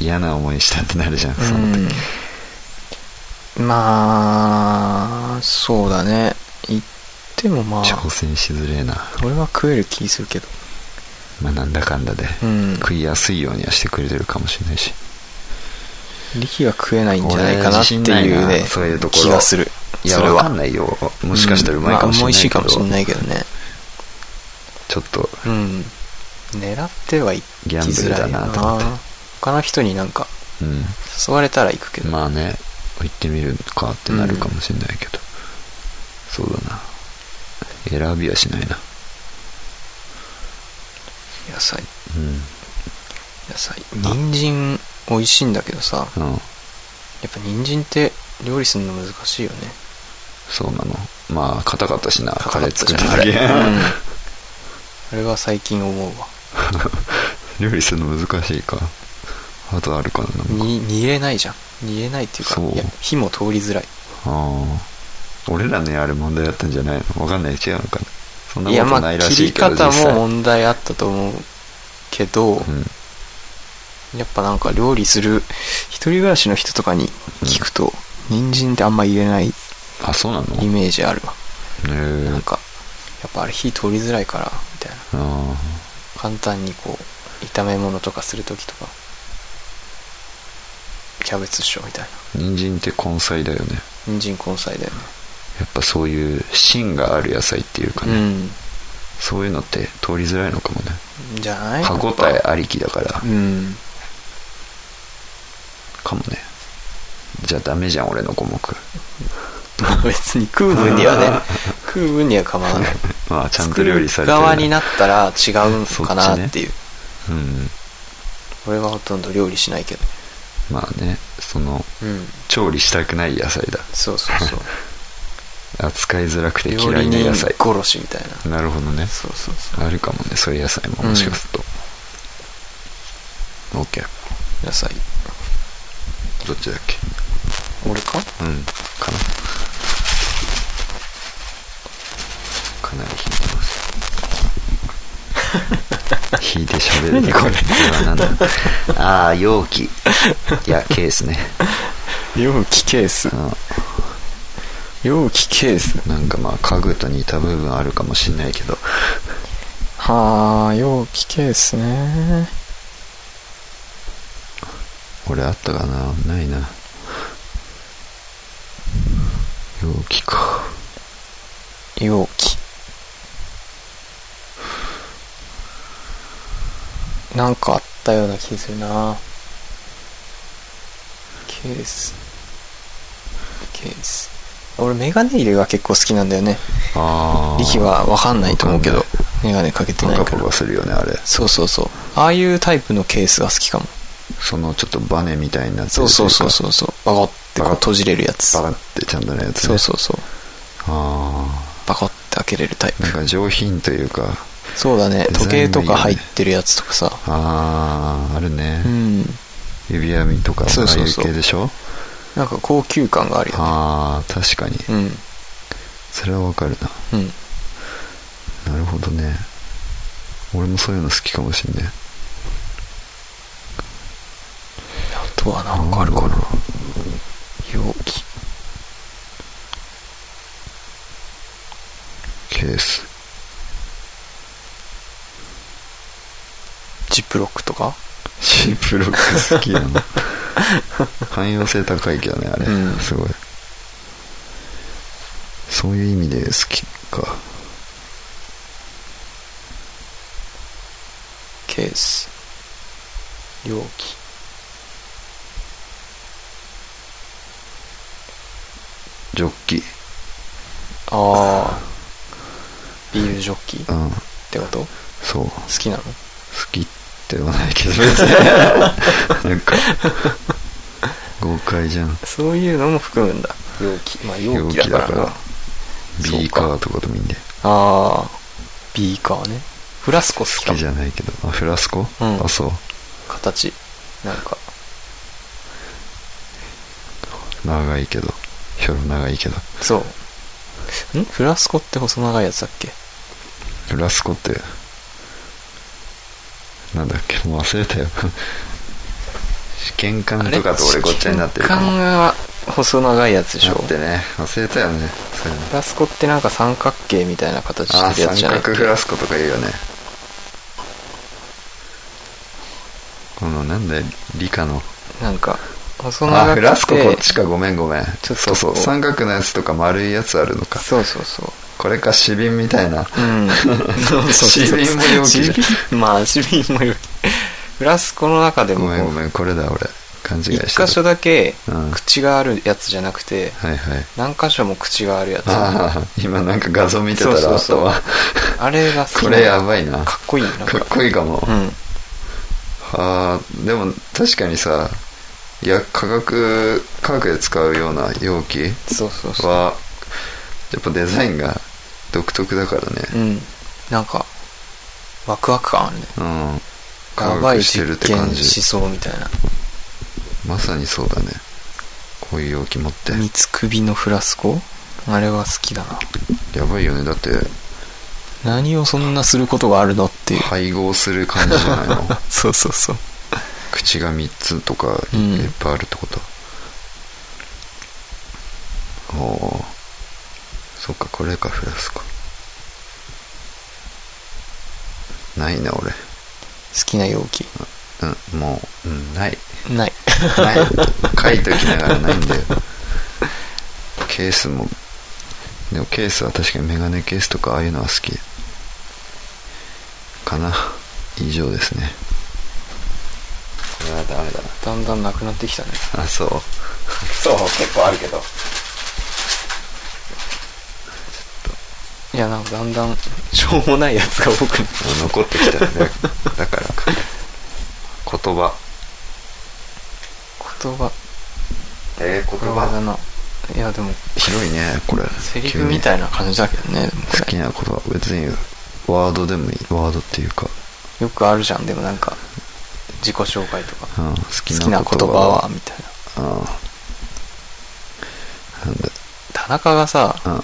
S1: 嫌な思いしたってなるじゃんその時、
S2: うんまあそうだね行ってもまあ
S1: 挑戦しづれえな
S2: 俺は食える気するけど
S1: まあなんだかんだで、
S2: うん
S1: 食いやすいようにはしてくれてるかもしれないし
S2: 力が食えないんじゃないかなってい
S1: 俺自信
S2: う
S1: ない
S2: ね
S1: なそういうところ
S2: 気がする
S1: いや
S2: それ
S1: わかん
S2: は
S1: ないよもしかしたらうまいかもしれ
S2: うんまあ美
S1: ない
S2: 味しい
S1: け
S2: かもし
S1: ど、
S2: れないけどね
S1: ちょっと
S2: うん狙ってはいき
S1: ギャンブ
S2: づ
S1: ル
S2: ら
S1: だ
S2: いな
S1: なと思って
S2: 他の人になんか
S1: うん
S2: 誘われたら行くけど、
S1: まあね行ってみるかってなるかもしれないけど、そうだな選びはしないな
S2: 野菜
S1: う
S2: 野菜
S1: まあ
S2: 人参美味しいんだけどさや
S1: んうん
S2: っぱ人参って料理するの難しいよね
S1: そうなのまあ硬かったしなカレ
S2: 高かっ
S1: ー
S2: た
S1: 作
S2: じ
S1: っ
S2: ゃん
S1: た
S2: あれ
S1: 時
S2: うんあれは最近思うわ
S1: *laughs* 料理するの難しいかあとあるかななんか
S2: に煮れないじゃん煮れないっていうか
S1: そう
S2: いや火も通りづらい
S1: ああ俺らねあれ問題だったんじゃないのわかんない違うのかなそんない
S2: や
S1: こ
S2: ま
S1: とな
S2: あ
S1: いら
S2: 切
S1: しい
S2: り
S1: けど
S2: 方
S1: 実際
S2: も問題あったと思うけど、
S1: うん
S2: やっぱなんか料理する一人暮らしの人とかに聞くと、人参ってあんま入れないイ
S1: あそうなのへ
S2: メージあるわ、
S1: え
S2: なんかやっぱあれ火通りづらいからみたいな
S1: あ
S2: 簡単にこう炒め物とかする時とかキャベツっしょみたいな
S1: ー人参って根菜だよね
S2: 人参根菜だよね
S1: やっぱそういう芯がある野菜っていうかね、
S2: う
S1: そういうのって通りづらいのかもね
S2: んじゃない
S1: 歯応えありきだから
S2: うん
S1: かもねじゃあダメじゃん俺の項目
S2: まあ別に食う分に
S1: *laughs*
S2: はね食う分には構わない
S1: まあちゃんと料理されてる
S2: 作る側になったら違うんかなっていう、
S1: うん
S2: 俺はほとんど料理しないけど
S1: まあねその
S2: うん
S1: 調理したくない野菜だ
S2: そうそう *laughs* そう
S1: 扱いづらくて
S2: 料
S1: 嫌
S2: 理
S1: いな
S2: 人
S1: 野菜
S2: 殺しみたいな
S1: なるほどね
S2: そうそうそう
S1: あるかもねそういう野菜も
S2: うん
S1: もしかすると、OK
S2: 野菜
S1: どっちだっけ
S2: 俺か
S1: うんかなかなり引いてます引
S2: *laughs*
S1: いて喋るね
S2: 何これ
S1: はなんだああ容器いやケースね、
S2: 容器ケース
S1: う
S2: 容器ケース
S1: ん、なんかまあ家具と似た部分あるかもしんないけど
S2: はあ容器ケースね
S1: 俺あったかなないな容器か
S2: 容器なんかあったような気するなケースケース俺メガネ入れが結構好きなんだよね
S1: あ
S2: 力は分かんないと思うけ
S1: わ
S2: ど
S1: か
S2: メガネかけて
S1: パ
S2: ない
S1: カ
S2: か
S1: パ
S2: ら
S1: カするよねあれ
S2: そうそうそうああいうタイプのケースが好きかも
S1: そのちょっとバネみたいになって
S2: そ
S1: る
S2: う
S1: とい
S2: そ
S1: か
S2: ううそうそうそうバコってこう閉じれるやつ
S1: バラってちゃんとなやつ、ね、
S2: そうそうそう
S1: あ
S2: バコって開けれるタイ
S1: あ
S2: プ
S1: なんか上品というか
S2: そうだ
S1: デ
S2: ね時
S1: ザイ
S2: 計
S1: ンも
S2: と
S1: いいよね
S2: か入ってるやつとかさ
S1: あああるね
S2: う、ん
S1: 指輪みとか
S2: そうそうそう
S1: ああいう系でしょ
S2: なんか高級感があるよね
S1: ああ確かに
S2: うん
S1: それはわかる
S2: うん
S1: ななるほどね俺もそういうの好きかもしんない
S2: あとはなんかあるかな容器
S1: ケース
S2: ジップロックとか
S1: シンプルック好きやな
S2: *laughs*
S1: 汎用性高いけどねあれ、
S2: うん
S1: すごいそういう意味で好きか
S2: ケース容器
S1: ジョッキ
S2: ああビールジョッキっ
S1: うん
S2: てこと好
S1: そう好
S2: きなの
S1: きではない
S2: *laughs*
S1: けど別になんか豪快じゃん
S2: そういうのも含むんだ容器まあ容器だから
S1: 容器
S2: な
S1: だからビーカーとかでもいいんで
S2: ああビーカーねフラスコ好き
S1: 好
S2: か
S1: き
S2: も
S1: じゃないけどあフラスコ、
S2: うん
S1: あそう
S2: 形なんか
S1: 長いけどひょろ長いけど
S2: そううんフラスコって細長いやつだっけ
S1: フラスコってなんだっけもう忘れたよ試験管とかと俺ごっちゃになってる
S2: あ
S1: か
S2: れ試
S1: も
S2: 験管が細長いやつでしょ
S1: なってね忘れたよねそういうの
S2: フラスコってなんか三角形みたいな形
S1: あ
S2: してるやつじゃない
S1: 三角フラスコとか言うよねこのなんだよ理科の
S2: なんか細長
S1: あフ
S2: くて
S1: ラスコこっちかごめんごめん
S2: ちょっとこう
S1: そうそう三角のやつとか丸いやつあるのか
S2: そうそうそう
S1: これか紙瓶みたいな
S2: うん *laughs* そうそうそう
S1: シビンも容器じゃん
S2: シビンまあシビンも容器フラスコの中で
S1: ご
S2: も
S1: めんごめんこれだ俺勘違いして
S2: 一
S1: た
S2: 箇所だけ
S1: うん
S2: 口があるやつじゃなくて、
S1: はいはい
S2: 何箇所も口があるやつあ
S1: ああ *laughs* 今なんか画像見てたら
S2: そう
S1: あ
S2: そう
S1: と
S2: そう
S1: は
S2: れが好き
S1: こ
S2: なの
S1: れやばいな
S2: か
S1: か
S2: っこいいなんか
S1: っこいいかも、
S2: うん
S1: あーでも確かにさいや化学化学で使うような容器
S2: そうそうそう
S1: はやっぱデザインが独特だからね
S2: うんなんかワクワク感あるね
S1: うん化
S2: やばい
S1: 学してるっ
S2: 実
S1: て感
S2: 験
S1: じ
S2: しそうみたいな
S1: まさにそうだねこういう容器持って
S2: 三つ首のフラスコあれは好きだな
S1: やばいよねだって
S2: 何をそんなすることがあるのっていう
S1: 配合する感じじゃないの
S2: そうそうそう
S1: 口が3つとか
S2: うん
S1: いっぱいあるってこと、おおそっかこれかフラスコないな俺
S2: 好きな容器
S1: うんもう、うん、ない
S2: ない
S1: ない書いておきながらないんだよケースもでもケースは確かにメガネケースとかああいうのは好きかな以上ですねこれはダメだな
S2: だんだんなくなってきたね
S1: あそうそう結構あるけど
S2: いやなんかだんだんしょうもないやつが多くなって
S1: 残ってきたよ *laughs* ねだから言葉
S2: 言葉
S1: えー、言
S2: これはだ
S1: 葉
S2: ないやでも
S1: 広いねこれ
S2: セリフみたいな感じだけどねでもこ
S1: 急に好きな
S2: れ
S1: 言葉別にワードでもいいワードっていうか、
S2: よくあるじゃんでもなんか自己紹介とか好
S1: うん、好
S2: き
S1: きな
S2: な
S1: 言葉
S2: 言葉はみたいな
S1: ああなんだ
S2: 田中がさ
S1: あ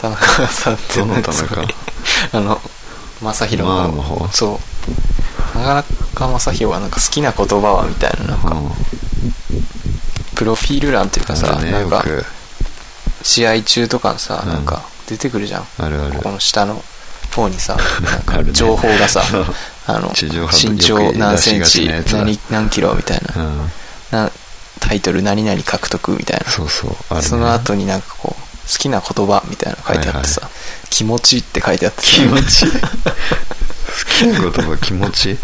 S2: 田中がさ
S1: どの田中
S2: あの正宏
S1: まあの方
S2: そうなかなか正宏がなんか好きな言葉はみたいななんか
S1: う
S2: プロフィール欄っていうか
S1: ん
S2: さ、
S1: あるね
S2: なん
S1: よ
S2: か
S1: く
S2: 試合中とかさ、
S1: うん
S2: なんか出てくるじゃん
S1: あるある
S2: ここの下の方に
S1: *laughs*
S2: さなん
S1: あ
S2: か
S1: るね
S2: 情報がさ
S1: *laughs* そう
S2: あの
S1: 地上波の
S2: 身長何センチ
S1: よく出しがちなや
S2: 何何キロみたいな,、
S1: うん
S2: なタイトル何々獲得みたいな
S1: そうそうあるね
S2: その後になんかこう好きな言葉みたいなの書いてあってさ、気持ちって書いてあってさ
S1: 気持ち好きな言葉気持ち
S2: *laughs* い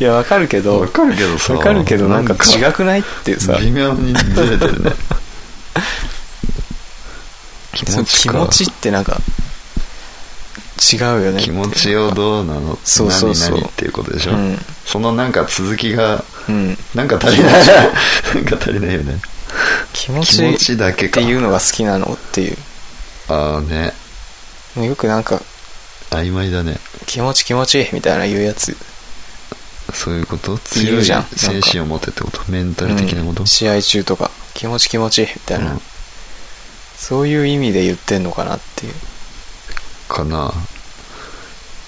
S2: やわかるけど
S1: わかるけどさ
S2: わかるけどなんか違くないっていうさ
S1: 微妙にずれてるね *laughs* 気持
S2: その
S1: ち
S2: 気
S1: か
S2: 持ちってなんか違うよね
S1: 気持ちをどうなの
S2: そうそうそう
S1: 何々っていうことでし
S2: う
S1: ょ、
S2: ん
S1: そのなんか続きが
S2: うん
S1: なんか足りない *laughs* なんか足りないよね
S2: 気持
S1: 気
S2: ち
S1: 持
S2: っ
S1: ちだけか
S2: ていうのが好きなのっていう
S1: ああね
S2: もうよくなんか
S1: 曖昧だね
S2: 気持ち気持ちいいみたいな言うやつ
S1: そういうこと
S2: い
S1: 強
S2: る
S1: い
S2: じゃん
S1: 精神を持ってってことメンタル的なこと、
S2: うん試合中とか気持ち気持ちいいみたいな、
S1: うん
S2: そういう意味で言ってんのかなっていう
S1: かな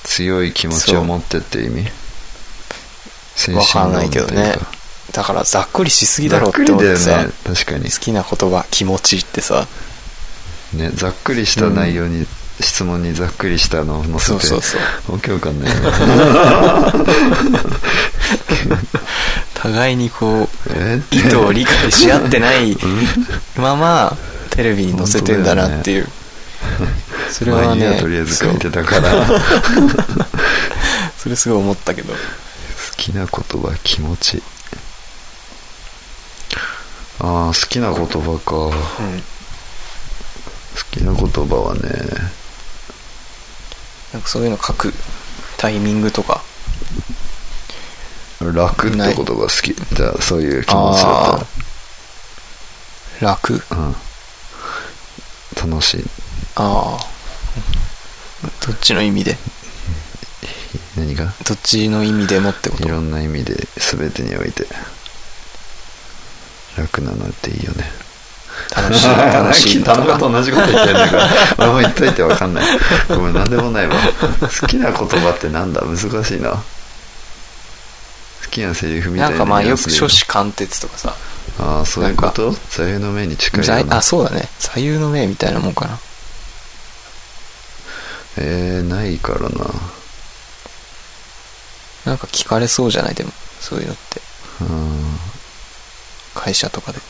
S1: 強い気持ちを持ってって意味精
S2: わかんない
S1: 論と
S2: け
S1: い
S2: ど
S1: うか
S2: ねだからざっくりしすぎだ
S1: ざ
S2: ろ
S1: っ
S2: っ
S1: く
S2: て
S1: り
S2: 思っ
S1: だよ
S2: てさ、
S1: ね確かに
S2: 好きな言葉気持ちいいってさ
S1: ねざっくりした内容に、質問にざっくりしたのを載せ
S2: そう
S1: て
S2: そうそう
S1: わけわかんないよね
S2: *laughs* 互いにこう
S1: えって
S2: 意図を理解し合ってないままテレビに載せてんだなっていう、それは
S1: まあいいや
S2: ね
S1: とりあえず書いて
S2: そう
S1: たから好
S2: それすごい思ったけど
S1: きな言葉気持ちああ好きな言葉か
S2: うん
S1: きな言葉はね
S2: なんかそういうの書くタイミングとか
S1: 楽って言葉好きじゃあそういう気持ちだっ
S2: 楽
S1: たら、うん、楽しい
S2: ああどっちの意味で
S1: 何が
S2: どっちの意味でもってこ
S1: い
S2: と
S1: ろんな意味で全てにおいて楽なのっていいよね
S2: 楽しい楽し
S1: *laughs*
S2: い
S1: 田中と同じこと言ってるんだから俺も言っといて分かんないごめん何でもないわ好きな言葉ってなんだ難しいな好きなセリフみた
S2: ないん
S1: な
S2: かまあよ
S1: や
S2: く書
S1: つで
S2: 詞貫徹とか
S1: い
S2: さ
S1: いのああそういうこと座右の銘に近い
S2: 座
S1: よ
S2: 右
S1: な
S2: あそうだね座右の銘みたいなもんかな
S1: えー、ないからな
S2: なんか聞かれそうじゃないでもそういうのって
S1: うん
S2: 会社とかで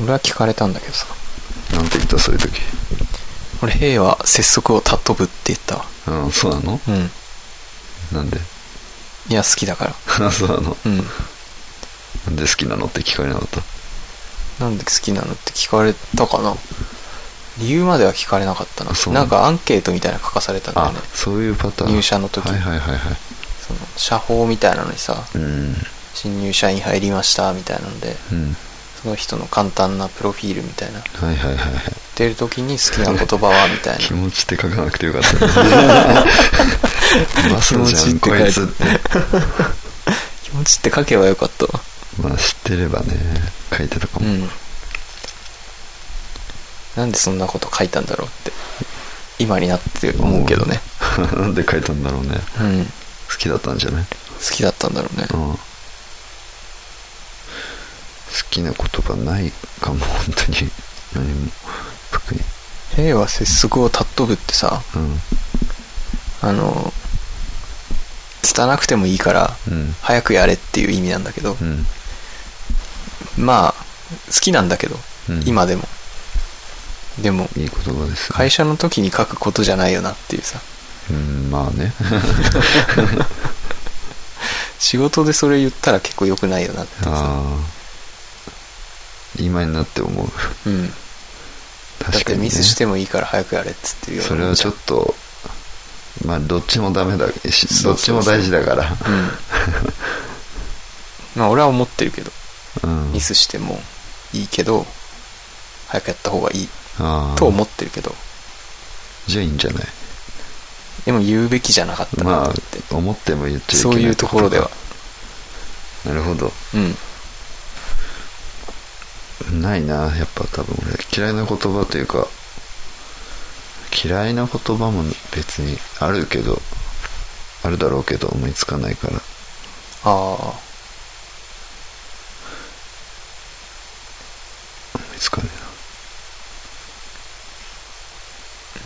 S2: 俺は聞かれたんだけどさ
S1: なんて言ったそういう時
S2: 俺「兵は拙速を尊ぶ」って言ったわ
S1: うんそうなの
S2: うん
S1: なんで *laughs*
S2: いや好きだから
S1: そうなの
S2: うん
S1: なんで好きなのって聞かれなかった
S2: なんで好きなのって聞かれたかな理由までは聞かれなかったな
S1: あそう
S2: なんかアンケートみたいなの書かされたんだよ
S1: あ
S2: ね
S1: そういうパターン
S2: 入社の時
S1: はいはいはいはい
S2: その社報みたいなのにさ
S1: うん
S2: 新入社員入りましたみたいなので
S1: うん
S2: その人の簡単なプロフィールみたいな
S1: はいはいはいはい
S2: 出る時に好きな言葉はみたい
S1: 気
S2: な
S1: 持ちって書かなくてよか
S2: *laughs*
S1: ったねマスじゃんこいつって
S2: 気持ちって書けばよかったわ
S1: まあ知ってればね書いてたか
S2: う
S1: も、
S2: んなんでそんなこと書いたんだろうって今になって思うけどね
S1: *laughs* なんで書いたんだろうね
S2: うん好
S1: 好きだったんじゃない、
S2: きだったんだろうね
S1: うん、好きな言葉ないかも本当に *laughs* 何も特に
S2: 「兵は節足を尊ぶ」ってさあの拙なくてもいいから
S1: うんうん
S2: 早くやれっていう意味なんだけど
S1: うん
S2: まあ好きなんだけど
S1: うん
S2: 今でもでも
S1: いい言葉です、ね、
S2: 会社の時に書くことじゃないよなっていうさ
S1: うんまあ
S2: *laughs*
S1: ね
S2: 仕事でそれ言ったら結構良くないよなっていうさ
S1: ああ今になって思う
S2: うんだっ
S1: 確か
S2: て
S1: に、ね、
S2: ミスしてもいいから早くやれっつっていうような
S1: それはちょっとまあどっちもダメだし
S2: そ
S1: ど
S2: う
S1: っち
S2: そう
S1: も
S2: そう
S1: 大事だから
S2: うんまあ俺は思ってるけど
S1: うん
S2: ミスしてもいいけど早くやった方がいい
S1: ああ
S2: と思ってるけど
S1: じゃあいいんじゃない
S2: でも言うべきじゃなかった
S1: ま
S2: な
S1: あ
S2: って、
S1: 思っても言っちゃいけない
S2: そういうところでは
S1: なるほど
S2: うん
S1: ないなやっぱ多分俺嫌いな言葉というか嫌いな言葉も別にあるけどあるだろうけど思いつかないから
S2: ああ
S1: 思いつかね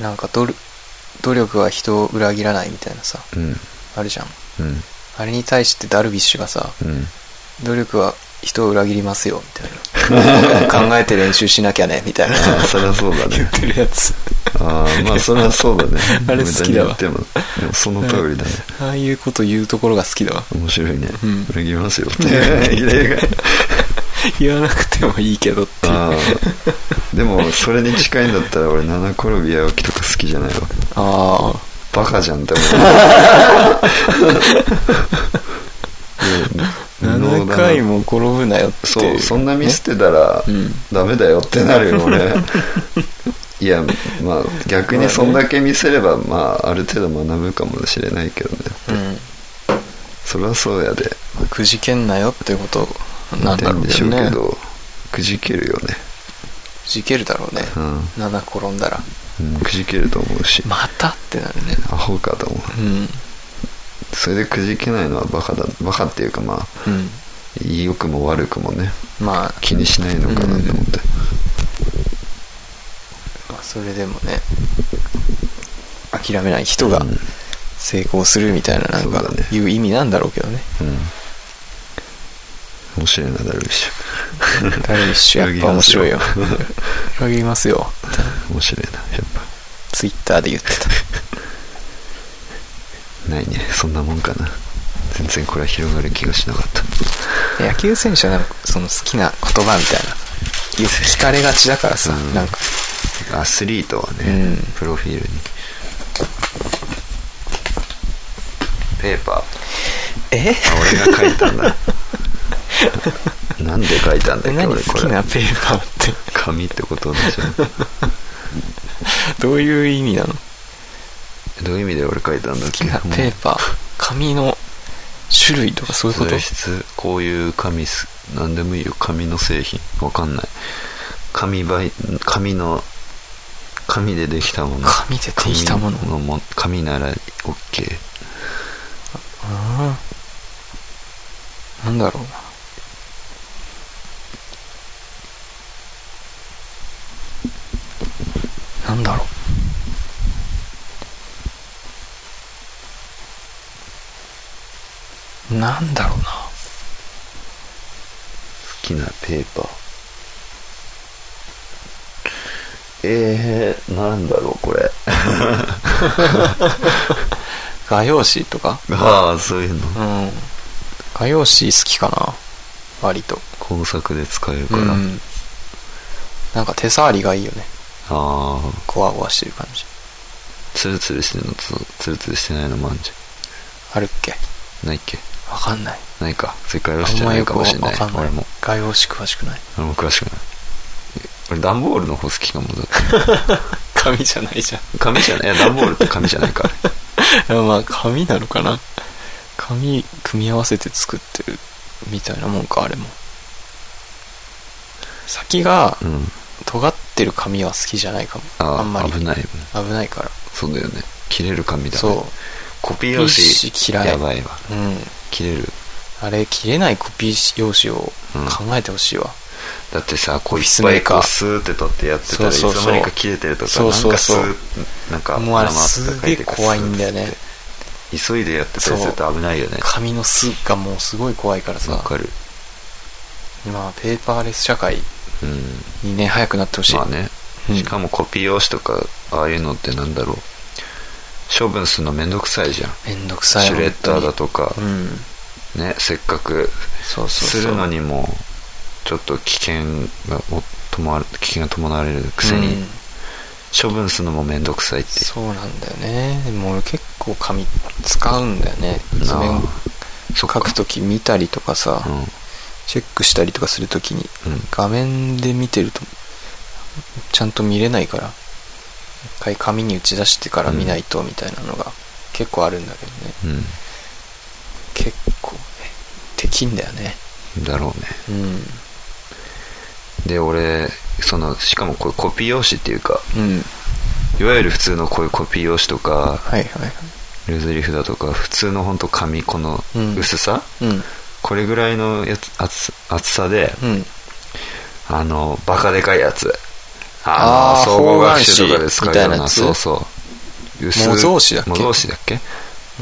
S2: なんか努力努力は人を裏切らないみたいなさ
S1: えな
S2: あるじゃん
S1: うんうん
S2: あれに対してダルビッシュがさ *laughs*
S1: うん
S2: 努力は人を裏切りますよみた
S1: *laughs*
S2: いな考えて練習しなきゃねみたいな
S1: ああそりゃそうだ
S2: 言
S1: ね
S2: ってるやつ
S1: ああまあそりゃそうだね
S2: あれ好きだ
S1: 無駄に言っ
S2: わ
S1: てもでもその通りだね
S2: ああいうこと言うところが好きだわ *laughs*
S1: 面白いね、
S2: うん
S1: 裏切りますよっていう
S2: 言わなくてもいいけどっていう
S1: *laughs* あ
S2: *laughs*
S1: あでもそれに近いんだったら俺七転び八起きとか好きじゃないわ
S2: ああ
S1: バカじゃんって思
S2: *laughs*
S1: うね
S2: 7回も転ぶなよって
S1: そうそんなミスっ
S2: ね
S1: てたら
S2: うん
S1: ダメだよってなる
S2: *laughs*
S1: よ俺いやまあ逆にそんだけ見せればまあある程度学ぶかもしれないけどね
S2: うん
S1: そりゃそうやで
S2: くじけんなよってことなんだろう
S1: で
S2: け
S1: しょ
S2: ど
S1: うけ
S2: ね
S1: どくじけるよね
S2: くじけるだろうね
S1: うん
S2: 7転んだら
S1: うんくじけると思うし、
S2: またってなるね
S1: アホかと思う
S2: うん
S1: それでくじけないのはバカだバカっていうかまあ
S2: うん
S1: 良くも悪くもね
S2: まあ
S1: 気にしないのかなと思って、
S2: まあそれでもね諦めない人が成功するみたいななん
S1: そう
S2: か
S1: だね
S2: いう意味なんだろうけどね
S1: うん、うん面白いなダルビッシ
S2: ダルビッシュやっぱ面白いよ裏切りますよ
S1: ュ面白いなやっ
S2: ツイッターで言ってた
S1: ぱないねそんなもんかな全然これは広がる気がしなかった
S2: 野球選手はなんかその好きな言葉みたいなよく聞かれがちだからさ、
S1: うん
S2: なんか
S1: アスリートはね、
S2: うん
S1: プロフィールにペーパーあ
S2: え
S1: 俺が書いた
S2: *laughs*
S1: んだなんで書いたんだっけ
S2: 何
S1: 俺
S2: 好
S1: こ
S2: き
S1: れ
S2: なペーパーって
S1: 紙ってことでしょ
S2: *laughs* どういう意味なの
S1: どういう意味で俺書いたんだっ
S2: 好
S1: け
S2: きなペーパー紙の種類とかそういうこと
S1: 材質こういう紙す何でもいいよ紙の製品わかんない紙媒紙の紙でできたもの
S2: 紙でできたもの
S1: 紙も紙なら OK
S2: ああなんだろうななんだろうなんだろう
S1: 好
S2: な
S1: きなペーパーえー、なんだろうこれ
S2: 画用紙とか
S1: ああそういうの
S2: うん画用紙好きかな割と
S1: 工作で使えるか
S2: う
S1: ら、
S2: んなんか手触りがいいよね
S1: ああ
S2: ゴワゴワしてる感じ
S1: ツルツルしてるのとツルツルしてないのもあんじ
S2: あるっけ
S1: ゃんないっけ
S2: わかんない
S1: ないかそれからよ
S2: あ
S1: し
S2: ん
S1: じゃ
S2: ま
S1: ない
S2: よ
S1: か
S2: く
S1: も
S2: わ
S1: しれない
S2: かんない
S1: 俺も
S2: 画用紙詳しくない
S1: 俺も詳しくない俺段ボールの方好きかもだって
S2: 紙じゃないじゃ
S1: 紙じゃないいや段ボールって紙じゃないか
S2: んまあ紙なのかな紙組み合わせて作ってるみたいなもんかあれも先が *laughs*
S1: うん
S2: 尖ってる紙は好きじゃないかも
S1: あ
S2: あ
S1: あ
S2: んまり
S1: 危ないよね
S2: 危ないから
S1: そうだよね切れる紙だ、ね、
S2: そ
S1: コピー用
S2: コピー紙
S1: 紙
S2: 嫌い
S1: やばいわ
S2: ううん
S1: 切れる
S2: あれ切れないコピー用紙を考えてほしいわ、
S1: だってさこうい
S2: オフ
S1: っ
S2: ィスメ
S1: ぱ
S2: ー
S1: い
S2: カー
S1: こうスーって取ってやってたらいつ
S2: そうそ
S1: の
S2: うそう
S1: 間にか切れてるとか
S2: そ
S1: な
S2: うん
S1: か
S2: そうそう
S1: スーなんか
S2: もうあれ
S1: 生と
S2: す
S1: か
S2: げ
S1: 書
S2: え
S1: いて
S2: 怖いんだよね
S1: 急いでやってたりすると危ないよね
S2: 紙の巣がもうすごい怖いからさ
S1: わかる
S2: 今ペーパーレス社会
S1: うん
S2: にね早くなってほしい、
S1: まあね、
S2: うん
S1: しかもコピー用紙とかああいうのってなんだろう処分するのめんどくさいじゃん
S2: めんどくさい
S1: シュレッダーだとか
S2: 本当、にうん
S1: ねせっかく
S2: そうそう
S1: す
S2: そう
S1: るのにもちょっと危険がお伴わ危険が伴われるくせに、
S2: うん
S1: 処分するのもめんどくさいって
S2: そうなんだよねでも俺結構紙使うんだよね
S1: な
S2: 図面
S1: そ
S2: 書
S1: っか
S2: くとき見たりとかさ、
S1: うん
S2: チェックしたりとかするときに
S1: うん
S2: 画面で見てるとちゃんと見れないから一回紙に打ち出してから見ないとみたいなのが結構あるんだけどね
S1: う
S2: 結構ねできんだよね
S1: んだろうね
S2: うん
S1: で俺そのしかもこれコピー用紙っていうか
S2: うん
S1: いわゆる普通のこういうコピー用紙とか
S2: はいはいはい
S1: ルーズリーフだとか普通のほんと紙この
S2: うん
S1: 薄さ、
S2: うん
S1: これぐらいのやつ厚厚さで
S2: うん
S1: あのバカでかいやつ
S2: あー
S1: あの総合学習とかで使うよう
S2: 方眼紙みたいな
S1: な
S2: やつ
S1: そうそう薄い
S2: 模造紙だっけ
S1: 模造紙だっけ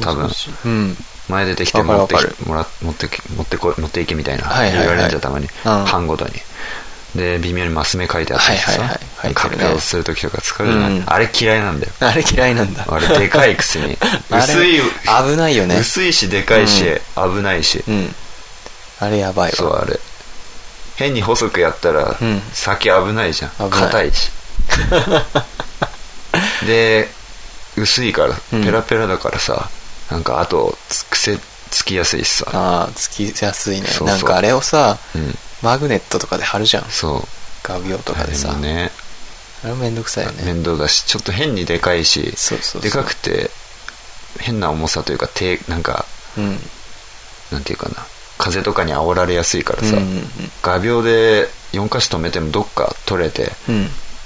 S1: 多分
S2: うん
S1: 前出てきて
S2: わかる
S1: 持
S2: わ
S1: って
S2: か
S1: き
S2: る
S1: もら持ってき持ってこ持っていけみたいな、
S2: はいはいはい
S1: 言われるんじゃんたまに、
S2: うん
S1: 版ごとにで微妙にマス目書いてあったりしてさ、
S2: はいはいはい書いて
S1: 拡
S2: るね
S1: 大をするときとか使うじゃない、
S2: うん
S1: あれ嫌いなんだよ
S2: あれ嫌いなんだ
S1: あれでかいくせに
S2: *laughs* あれ
S1: 薄い
S2: 危ないよね
S1: 薄いしでかいし、危ないし、
S2: うんあれやばい
S1: そう
S2: わ
S1: あれ変に細くやったら
S2: うん
S1: 先危ないじゃ
S2: 危なんい
S1: 硬い
S2: *laughs*
S1: しで薄いから
S2: うん
S1: ペラペラだからさ、なんかあとつ癖つきやすいしさ
S2: ああつきやすいね
S1: そうそう
S2: なんかあれをさ
S1: うん
S2: マグネットとかで貼るじゃん
S1: そう
S2: 画鋲とか
S1: あ
S2: で
S1: れ
S2: さ
S1: もね
S2: あれもめんどくさいよね
S1: 面倒だしちょっと変にでかいし
S2: そうそうそう
S1: でかくて変な重さというか手なんか
S2: うん
S1: なんていうかな風とかに煽られやすいから
S2: うん
S1: さ、
S2: うんうん
S1: 画鋲で4箇所止めてもどっか取れて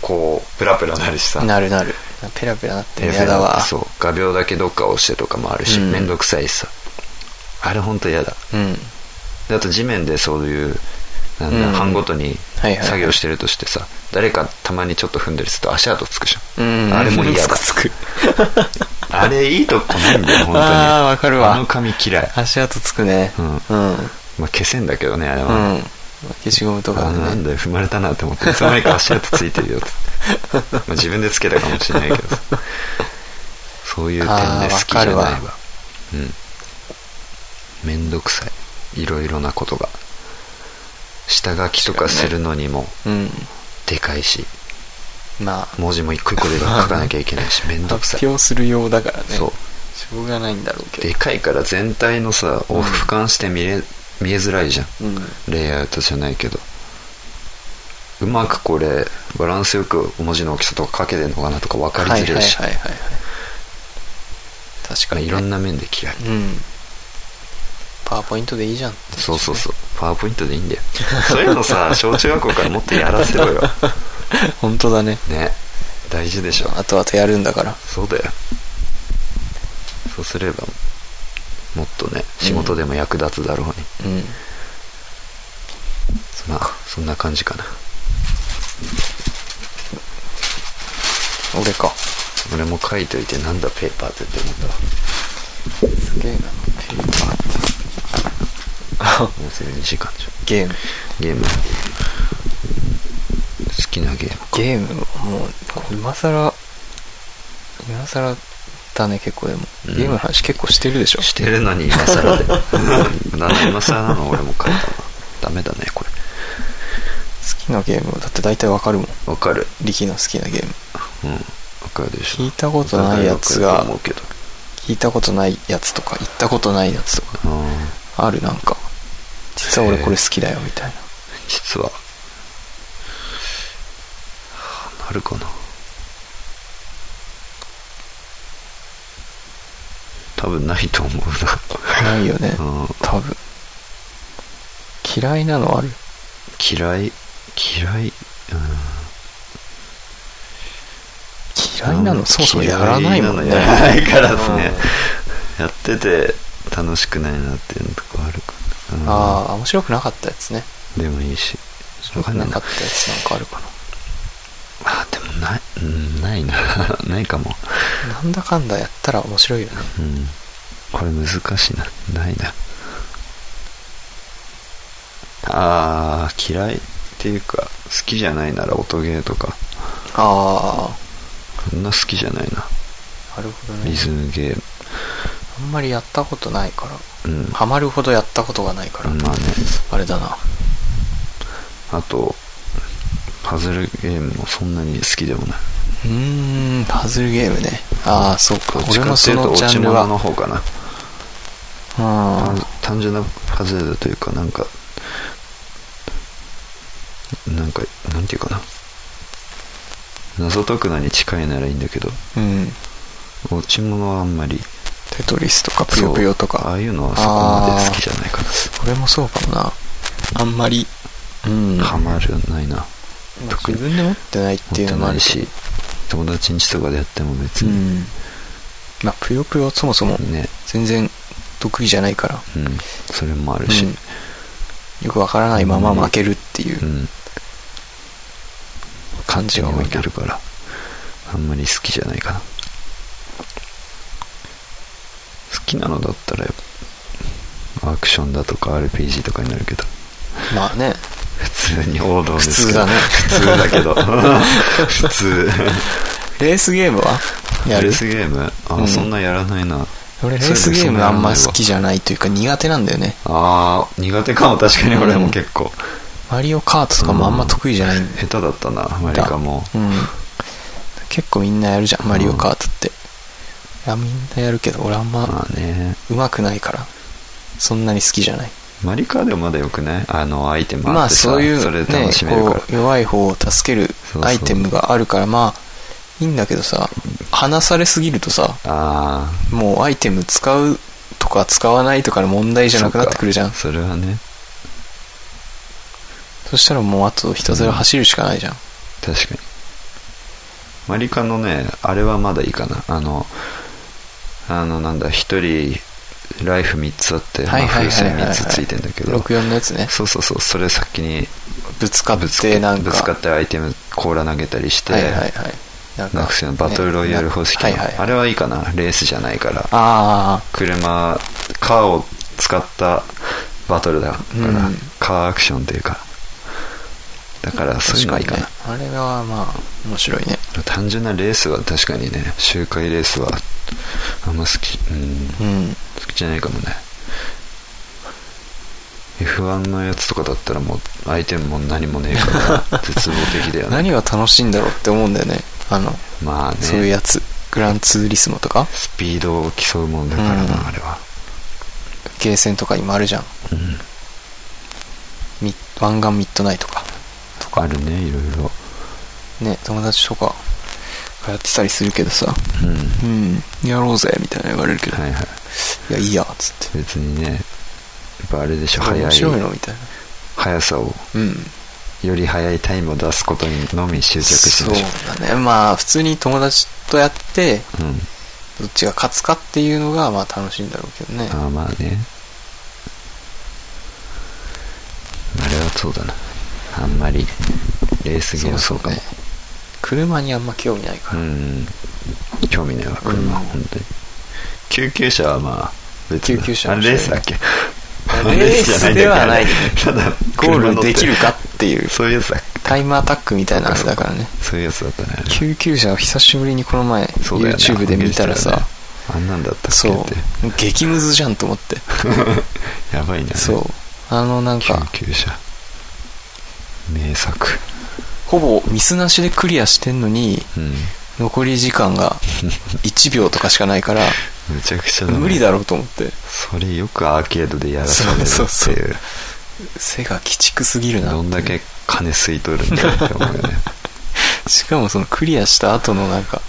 S1: こうプラプラなるしさ
S2: うんなるなるペラペラなって
S1: ペラペ
S2: や
S1: ラ
S2: だわ
S1: そう画鋲だけどっか押してとかもあるし
S2: うん
S1: 面倒、くさいしさあれ本当嫌だ
S2: うん
S1: であと地面でそういうなんだ、
S2: うん
S1: 班ごとに
S2: はいはいはい
S1: 作業してるとしてさ、誰かたまにちょっと踏んだりすると足跡つくじゃん、
S2: うん
S1: あれも嫌だ
S2: つくつく
S1: *laughs* あれいいとこないんだよ本当に
S2: あーわかる
S1: *laughs*
S2: わ
S1: あの紙嫌い、
S2: 足跡つくね
S1: うん
S2: うんうん
S1: まあ、消せんだけどねあれは、
S2: 消しゴムと
S1: あ
S2: か
S1: のな
S2: で
S1: ん
S2: ね
S1: だよ踏まれたなって思っていつの間にか足跡ついてるよって
S2: *laughs*
S1: まあ自分でつけたかもしれないけどさそういう点で好きじゃない
S2: あーわ
S1: わ
S2: かるわ
S1: うんめんどくさいいろいろなことが下書きとかするのにも
S2: うん
S1: でかいし、
S2: まあ
S1: 文字も一個一個で書かなきゃいけないしめんどくさい
S2: 発表するようだからね
S1: そ
S2: しょうがないんだろう
S1: う
S2: け
S1: でかいから全体のさを俯瞰して見れ見えづらいじゃん
S2: どうん
S1: レイアウトじゃないけどうまくこれバランスよく文字の大きさとか書けてんのかなとか分かりづらいし、
S2: はいはいはいはいはい確か
S1: まあ
S2: に、
S1: い
S2: ね、
S1: ろんな面で嫌い、
S2: うんパワーポイントでいいじ
S1: *laughs*
S2: ゃんって
S1: そうそうそうパワーポイントでいいんだよ *laughs* そういうのさ小中学校からもっとやらせ
S2: *laughs*
S1: ろよ
S2: 本当だね
S1: ね大事でしょ
S2: あとあとやるんだから
S1: そうだよそうすればもっとね仕事でも役立つだろうに、
S2: うん
S1: まあそんな感じかな
S2: 俺か
S1: 俺も書いといてなんだペーパーってって思
S2: *laughs*
S1: ったわ
S2: すげえなペーパーって
S1: もうすぐ2時間じゃん
S2: ゲーム
S1: ゲーム好きなゲーム
S2: ゲームもう今更今更だね結構でも
S1: う
S2: ゲ
S1: ん
S2: ームの話結構してるでしょ、
S1: してるのに今更で *laughs* なんで今更なの俺も書いたなダメだねこれ
S2: 好きなゲームだって大体わかるもん
S1: わかる
S2: 力の好きなゲーム
S1: うんわかるでしょ
S2: 聞いたことないやつ
S1: お互いわかると
S2: が
S1: 思うけど
S2: 聞いたことないやつとか行ったことないやつとか
S1: うん
S2: あるなんか実は俺これ好きだよみたいな
S1: 実はなるかな多分ないと思う
S2: ないよね
S1: な、うん、
S2: 多分嫌いなのある
S1: 嫌い嫌い
S2: 嫌いなのそもそもやらないもんね
S1: 嫌いなのやらないからですねやってて楽しくないなっていうのとかあるかな、
S2: う
S1: うんん
S2: ああ面白くなかったやつね
S1: でもいいしわ
S2: 面白く
S1: かんな
S2: ないか
S1: な
S2: ったやつなんかあるかな
S1: あでもない、うん、ないな *laughs* ないかも、
S2: なんだかんだやったら面白いよね
S1: うん、これ難しいなないなあー嫌いっていうか好きじゃないなら音ゲーとか
S2: あ
S1: そんな好きじゃないな
S2: あなるほどね
S1: リズムゲー
S2: あんまりやったことないから
S1: ムうん
S2: ハマるほどやったことがないから、
S1: まあね
S2: あれだな
S1: あとパズルゲームもそんなに好きでもないう
S2: ーんパズルゲームねああそう
S1: ど
S2: か
S1: っち
S2: 俺
S1: か
S2: も
S1: ってい
S2: そう
S1: と
S2: のジ
S1: 落
S2: ャ
S1: ち
S2: ンル
S1: 物
S2: は
S1: の方かな
S2: うん
S1: 単純なパズルというかなんかなんかなんていうかな謎解くのに近いならいいんだけど
S2: うん
S1: 落ち物はあんまり
S2: テトリスとかぷよぷよと
S1: あ
S2: か
S1: あいうのはそこまで好きじゃないか
S2: 俺もそうかもなあんまりうん
S1: なハマるないな
S2: まあ
S1: 特に
S2: 自分で持ってないっ
S1: 持
S2: てい
S1: っ
S2: う
S1: て
S2: のもあ
S1: な
S2: る
S1: い
S2: け
S1: し
S2: ど
S1: 友達ん家とかでやっても別
S2: う
S1: に
S2: んまあぷよぷよはそもそも
S1: ね
S2: 全然得意じゃないから、
S1: うんそれもあるし
S2: うんよくわからないまま負けるっていううん感じが多い
S1: 分け
S2: な
S1: るからあんまり好きじゃないかな好きなのだったらやっぱアクションだとか RPG とかになるけど
S2: まあね
S1: 普通に王道で
S2: 普
S1: すけ
S2: 通
S1: ど
S2: だね
S1: 普通だ *laughs* けど普通
S2: レースゲームはや
S1: レー
S2: る
S1: スゲームあ、
S2: うん
S1: そんなやらないな
S2: 俺レースゲームあんま好きじゃないというか苦手なんだよね
S1: あー苦手かも確かに俺も結構、
S2: マリオカートとかもあんま得意じゃないんだよ
S1: 下手だったなマリカも
S2: うん結構みんなやるじゃんマリオカートって、いやみんなやるけど俺あんま
S1: まあね
S2: 上手くないからそんなに好きじゃない
S1: マリカでもまだよくないあのアイテムあ
S2: ま
S1: っ
S2: あ
S1: てさ、
S2: そういう
S1: それ
S2: ね
S1: で楽しめるから
S2: こう弱い方を助ける
S1: そう
S2: アイテムがあるからまあいいんだけどさ離されすぎるとさ
S1: ああ
S2: もうアイテム使うとか使わないとかの問題じゃなくなってくるじゃんそ
S1: それはね
S2: したらもうあとひたすら走るしかないじゃん、
S1: 確かにマリカのねあれはまだいいかなあのあのなんだ一人ライフ3つあって、まあ
S2: はいはい
S1: 風
S2: はいはい
S1: 船3つついてんだけど
S2: 64のやつね
S1: そうそうそうそれ先に
S2: ぶつかっ
S1: ぶつ
S2: てなんか
S1: ぶつかってアイテム甲羅投げたりして、
S2: はいはいはいなん
S1: な
S2: か
S1: くせのバトルロイヤル方式の、
S2: ねはいはい
S1: あれはいいかなレースじゃないから
S2: あ
S1: 車カーを使ったバトルだから、
S2: うん
S1: カーアクションというかだから
S2: あ
S1: そういう
S2: 確
S1: のはい
S2: か
S1: い
S2: に
S1: か
S2: ね
S1: な
S2: あれはまあ面白いね
S1: 単純なレースは確かにね周回レースはあんま好き、うん、
S2: うん
S1: 好きじゃないかもね F1 のやつとかだったらもう相手も何もねえから絶望的だよ
S2: *laughs*
S1: ね
S2: 何が楽しいんだろうって思うんだよねあの、
S1: まあね
S2: そういうやつグランツーリスモとか
S1: スピードを競うもんだからな、
S2: うん
S1: あれは、
S2: ゲーセンとかにもあるじゃん
S1: うん、
S2: ミッ湾岸ミッドナイトかと
S1: あ
S2: か
S1: るねいろいろ
S2: ね友達とかがやってたりするけどさ
S1: うん
S2: うんやろうぜみたいな言われるけど、
S1: はいはい
S2: い、やいいやつって
S1: 別にねやっぱあれでしょ
S2: 面白い
S1: 速い
S2: のみたいな
S1: 速さを
S2: うん
S1: より速いタイムを出すことにのみ執着して
S2: そ
S1: る
S2: う
S1: でしょ
S2: だねまあ普通に友達とやって
S1: うん
S2: どっちが勝つかっていうのがまあ楽しいんだろうけどね
S1: ああまあねあれはそうだなあんまりレースゲームそうかも
S2: ね車にあんま興味ないから、
S1: うん興味ないわ車、
S2: うん
S1: 本当に救急車はまあ別に
S2: 救急車
S1: あ
S2: は
S1: れレースだっけ
S2: あレースではない
S1: レースじゃないんだけど
S2: ゴ
S1: *laughs* ただ
S2: ールできる
S1: 車乗
S2: かってい
S1: っ
S2: う
S1: てそういうやつだ
S2: タイムアタックみたいなやつだからね
S1: そういうやつだったねあれ
S2: 救急車を久しぶりにこの前
S1: そうだよね
S2: YouTube で見たらさ
S1: あんなんだったっけ
S2: そう
S1: って
S2: もう激ムズじゃんと思って
S1: *laughs* やばいね
S2: そうあのなん
S1: 救
S2: か
S1: 急車名作
S2: ほぼミスなしでクリアしてんのに
S1: うん
S2: 残り時間
S1: *laughs*
S2: が1秒とかしかないから
S1: むちゃくちゃだね
S2: 無理だろうと思って
S1: それよくアーケードでやらされるっていう
S2: そうそうそう背が鬼畜すぎるな
S1: どんだけ金吸い取るんだよって思うよね
S2: しかもそのクリアした後のなんか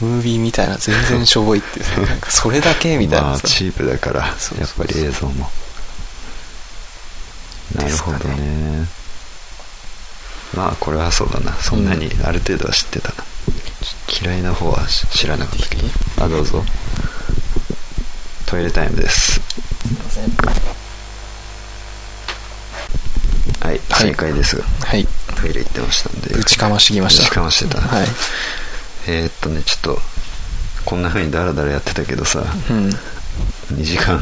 S2: ムービーみたいな全然しょぼいっていう
S1: *laughs*
S2: さなんかそれだ *laughs* けみたい
S1: ま
S2: な
S1: あ
S2: さ
S1: チープだからやっ
S2: そうそうそ
S1: ぱ
S2: う
S1: り映像もなるほど
S2: ですか
S1: ねまあこれはそうだなそんなにある程度は知ってたな、嫌いな方はし知らなかったけどあどうぞトイレタイムですはい、
S2: はい
S1: 正解ですが
S2: はい
S1: トイレ行ってましたんで
S2: ぶちかましてきま
S1: ぶ
S2: し
S1: ち
S2: た
S1: かましてた、
S2: はい
S1: えー、っとねちょっとこんな風にダラダラやってたけどさ
S2: うん
S1: 2時間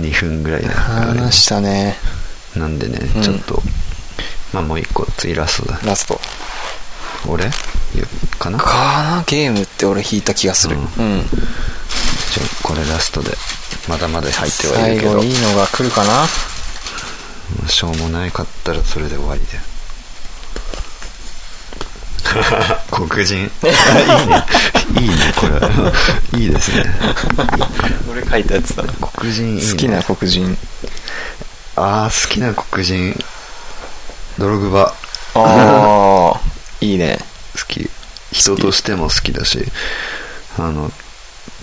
S1: 2分ぐらいだからね
S2: 話したね
S1: なんでね、
S2: うん
S1: ちょっとまあもう一個次ラストだ
S2: ラスト
S1: 俺言うかな
S2: かなゲームって俺引いた気がする
S1: う
S2: うんん、
S1: じゃあこれラストでまだまだ入ってはい
S2: 最
S1: るけど
S2: 後いいのが来るかな
S1: もうしょうもないかったらそれで終わり
S2: *laughs*
S1: で黒
S2: *laughs*
S1: 人いいねいいねこれ *laughs* はいいですね
S2: 俺書いたやつだな
S1: 黒人いい、ね、
S2: 好きな黒人
S1: ああ好きな黒人ドログバ
S2: ああいいね
S1: 好き人としても好きだしあの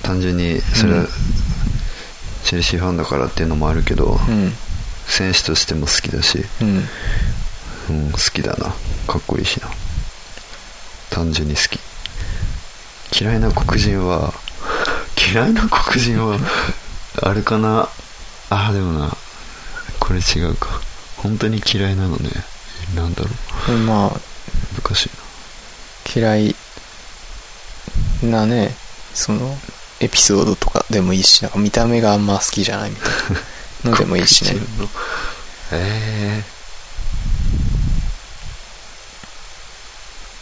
S1: 単純にそれは、
S2: うん
S1: チェルシーファンだからっていうのもあるけど、
S2: うん
S1: 選手としても好きだし、
S2: うん
S1: うん、好きだなかっこいいしな単純に好き嫌いな黒人は *laughs* 嫌いな黒人はあれかなあーでもなこれ違うか本当に嫌いなのねなんだろう
S2: まあ
S1: 難しいな
S2: 嫌いなねそのエピソードとかでもいいしなんか見た目があんま好きじゃないみたい *laughs* なのでもいいしね
S1: 黒人のええ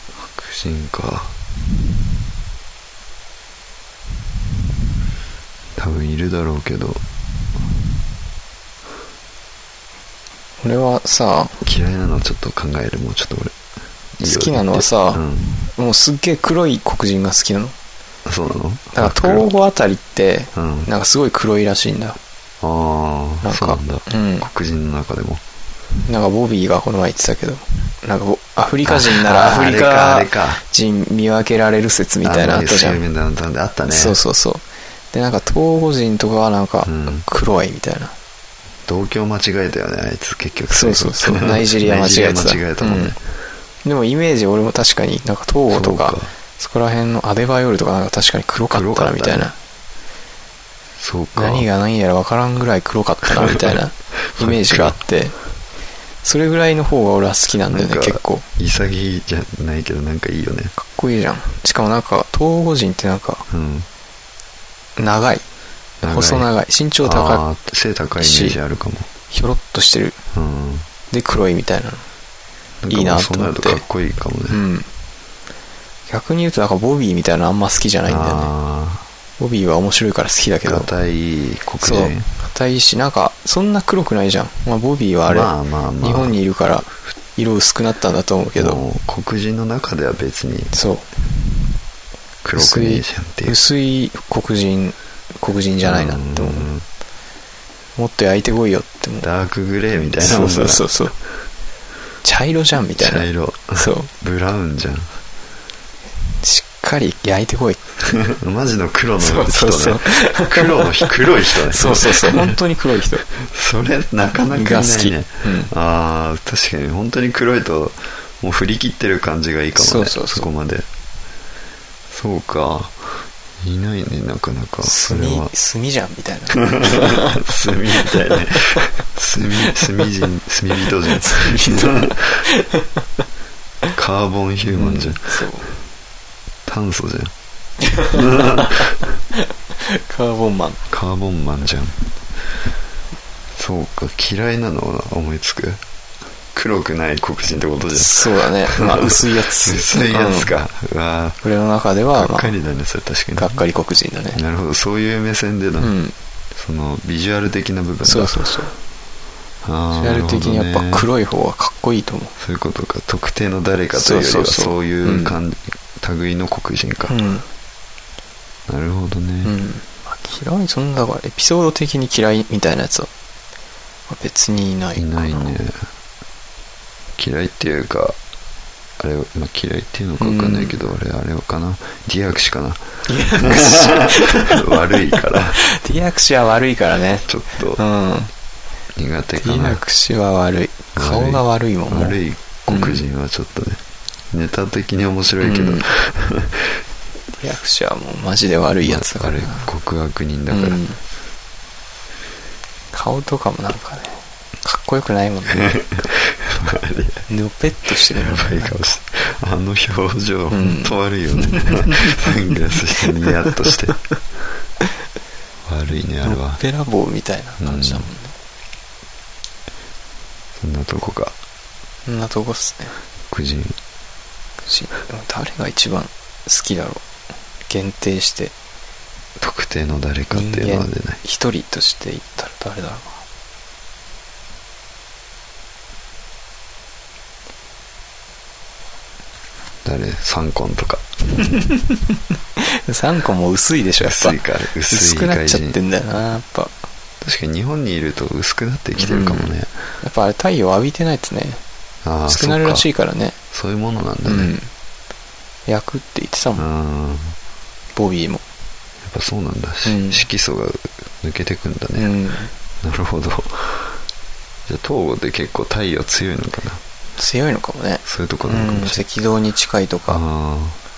S1: 白人か多分いるだろうけど
S2: 俺はさ
S1: 嫌いなのはちょっと考えるもうちょっと俺
S2: 好きなのはさ
S1: うん、
S2: もうすっげえ黒い黒人が好きなの
S1: そうなの
S2: だから東郷あたりって
S1: 黒うん
S2: なんかすごい黒いらしいんだ
S1: あ
S2: な
S1: あ
S2: んか
S1: そうなんだ
S2: うん
S1: 黒人の中でも
S2: なんかボビーがこの前言ってたけどなんかボアフリカ人ならア
S1: あー
S2: フリ
S1: あ
S2: カ
S1: れかあれか
S2: 人見分けられる説みたいなのあったじ
S1: あ
S2: ゃ
S1: の
S2: ん
S1: 有名なのあったね
S2: そうそうそうでなんか東郷人とかはなんか
S1: うん
S2: 黒いみたいな
S1: 東京間違えたよねあいつ結局
S2: そうそうそうナイジェリア間違えて
S1: ナイ
S2: た
S1: ジェリア間違えたもんね、
S2: でもイメージ俺も確かになんか東郷とか
S1: そうか
S2: そこら辺のアデバイオルとかなんか確かに黒かったなみたいな、
S1: 黒かったねそうか
S2: 何が何やら分からんぐらい黒かったなみ
S1: *laughs*
S2: たいなイメージがあってそれぐらいの方が俺は好きなんだよ
S1: な
S2: ね
S1: んか
S2: 結構か
S1: 潔いじゃないけどなんかいいよね
S2: っこいいじゃんしかもなんか東郷人ってなんか
S1: うん
S2: 長い
S1: 長い
S2: 細長い身長高
S1: あー背高いイメージあるかも
S2: いひょろっとしてる
S1: うん
S2: で黒いみたいなの
S1: んか
S2: いいな
S1: そうなるとか
S2: と思
S1: っ
S2: って
S1: こいいかもね、
S2: うん逆に言うとなんかボビーみたいなのあんま好きじゃないんだよね
S1: あ
S2: ボビーは面白いから好きだけど
S1: 硬い
S2: そ
S1: 黒
S2: う
S1: 人
S2: 硬いしなんかそんな黒くないじゃん、まあ、ボビーはあれ、
S1: まあまあまあ
S2: 日本にいるから色薄くなったんだと思うけど
S1: もう黒人の中では別に
S2: そう
S1: 黒くねえじゃんっていう
S2: 薄い黒人黒人じゃないなって思う
S1: うん
S2: もっと焼いてこいよって思う
S1: ダークグレーみたいな
S2: そ
S1: もん
S2: う
S1: だ
S2: そ
S1: な
S2: うそうそう茶色じゃんみたいな
S1: 茶色
S2: そう
S1: ブラウンじゃん
S2: しっかり焼いてこい
S1: マジの黒の人
S2: そう
S1: ね
S2: そうそう
S1: 黒の人黒い人ね
S2: そうそうそう本当に黒い人
S1: それなかなかい
S2: が
S1: な
S2: 好
S1: い
S2: き、
S1: ね
S2: うん
S1: ああ確かに本当に黒いともう振り切ってる感じがいいかもね
S2: そうそうそう
S1: こまでそうかいないねなかなかそ
S2: 炭
S1: れは
S2: 炭じゃんみたいな
S1: 炭みたいね炭炭
S2: *laughs*
S1: 人炭人じゃん *laughs* カーボンヒューマンじゃん、
S2: そう
S1: 炭素じゃん
S2: カーボンマン
S1: カーボンマンじゃんそうか嫌いなのは思いつく黒くない黒人ってことじゃん
S2: そうだねまあ薄いや *laughs* つ
S1: 薄いやつかうわー
S2: うん俺の中では
S1: が
S2: ま
S1: っか
S2: あ
S1: りだねそれ確かに
S2: がっかり黒人だね
S1: なるほどそういう目線で
S2: う
S1: の、
S2: ん
S1: そのビジュアル的な部分だ
S2: そうそうそう
S1: あー
S2: リアル的にやっ
S1: なる
S2: ぱ
S1: ほどね
S2: 黒い方がかっこいいと思う
S1: そういうことか特定の誰かというよりは
S2: そ
S1: そうう
S2: そうそう
S1: いう感じ、類の黒人か、
S2: うん
S1: なるほど
S2: う
S1: ね、
S2: ん、まあ嫌いそんなだからエピソード的に嫌いみたいなやつはまあ別にいないか
S1: い
S2: な
S1: ない
S2: *laughs*
S1: ね嫌いっていうかあれ、まあ、嫌いっていうのか分かんないけど、俺あれかなディアクシかな
S2: ディアクシ
S1: 悪いから
S2: *laughs* ディアクシは悪いからね
S1: ちょっと
S2: うん
S1: 苦手
S2: デ
S1: か
S2: ィ
S1: な
S2: アクシは悪い顔が悪いもんもう
S1: 悪い黒人はちょっとね、ネタ的に面白いけど、
S2: うんディアクシはもうマジで悪いやつだからな、
S1: まああれ極悪人だから、
S2: うん顔とかもなんかねかっこよくないもんね
S1: *laughs*
S2: のぺっとしてるもん
S1: や
S2: ね
S1: ばい顔してあの表情、
S2: ん
S1: ほんと悪いよねサングラスしてニヤッと
S2: *laughs*
S1: して悪いねあれ
S2: の
S1: は
S2: っぺらぼうみたいな感じだもんね、
S1: そんなとこか
S2: そんなとこっすね
S1: 黒人
S2: しでも誰が一番好きだろう限定して
S1: 特定の誰かっていうのは出ない
S2: 一人として言ったら誰だろうな
S1: 誰サンコンとか
S2: 3個も薄いでしょやっぱ
S1: 薄いから薄
S2: 薄
S1: い
S2: くなっ
S1: 外
S2: ちゃっ
S1: 人
S2: てんだよなやっぱ
S1: 確かに日本にいると薄くなってきてるかもね、
S2: やっぱあれ太陽浴びてないとね
S1: ああ
S2: 薄くなるらし
S1: い
S2: いからね
S1: そういうものなんだ
S2: う
S1: ね
S2: ん焼くって言ってた
S1: う
S2: もん
S1: んやっ
S2: ボビーも
S1: ぱそうなんだ、し
S2: うん
S1: 色素が抜けてくんだ
S2: う
S1: ね、
S2: ん
S1: なるほどじゃ *laughs* あ東郷って結構太陽強いのかな
S2: 強いのかもね
S1: そういうとこ
S2: う
S1: なのか
S2: ん
S1: もしれない、
S2: 赤道に近いとか
S1: ああ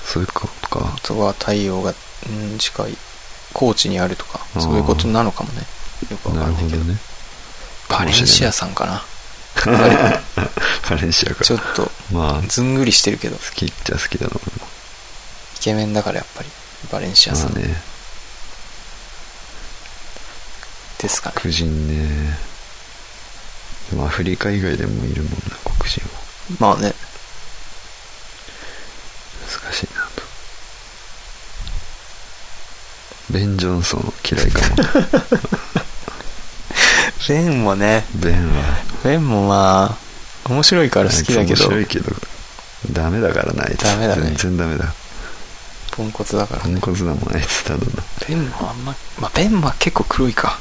S1: そういうことか
S2: あとは太陽がうん近い高知にあるとか
S1: あー
S2: そういうことなのかもねよくわ
S1: な
S2: か
S1: る
S2: んない
S1: ほ
S2: け
S1: ど
S2: ど
S1: ね *laughs*
S2: バレンシア
S1: か
S2: さんかな
S1: もしれないバレンシアか
S2: ちょっと
S1: まあ好
S2: ずんぐりしてるけどイ
S1: きっちゃ好きだな俺も
S2: ケメンだからやっぱりバレンシアさ
S1: ま
S2: ん
S1: あね
S2: ですかね
S1: 黒人ねでもアフリカ以外でもいるもんな黒人は
S2: まあね
S1: 難しいなとベン・ジョンソン嫌いか
S2: *laughs*
S1: も
S2: ベンもね
S1: ベンは
S2: ベンもまあ面白いから好きだけ
S1: あいつ
S2: ど
S1: 面白いけどダメだからなあいつ
S2: ダメだね
S1: 全然ダメだ
S2: ポンコツだから
S1: ポンコツだもんあいつただの
S2: ベンもあんままあベンは結構黒いか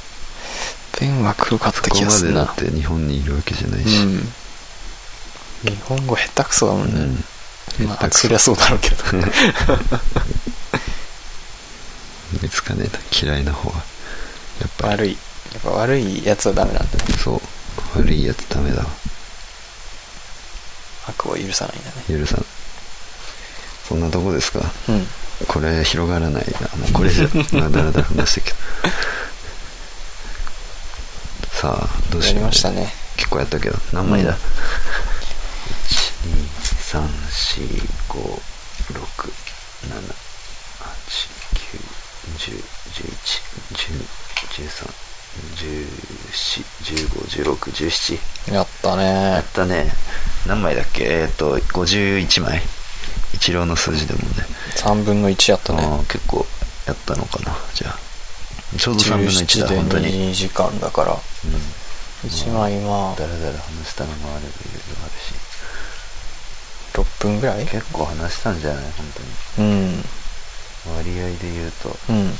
S2: ベンは黒かった
S1: そこ
S2: 気が
S1: ますで
S2: る
S1: だ
S2: な
S1: って日本にいるわけじゃないうし、
S2: ん日本語下手くそだもん
S1: う
S2: ね
S1: ん、
S2: ま
S1: 下手
S2: あ
S1: くそ
S2: そりゃそうだろうけど
S1: *laughs* 見つかねえな嫌いな方はやっぱ
S2: 悪いやっぱ悪いやつはダメなんだね
S1: りそう悪いやつダメだわ
S2: 悪を許さないんだね
S1: 許さんそんなとこですか
S2: うん
S1: これ広がらないなもうこれじゃまあだらだら話してきた *laughs* さあどう
S2: や
S1: し
S2: り
S1: よう
S2: ましたね
S1: 結構やったけど何枚だ、
S2: うん
S1: 1234567891011121314151617
S2: やったね
S1: やったね何枚だっけえっ、と51枚一郎の数字でもんね
S2: 3分の1やったね
S1: あー結構やったのかなじゃあちょうど3分の1だ本当に、うん、
S2: 2時間だから1枚まあ
S1: だらだら話したのもあるというのもある
S2: 6分ぐらい
S1: し結構話したんじゃない本当に
S2: うん
S1: 割合で言うと
S2: うん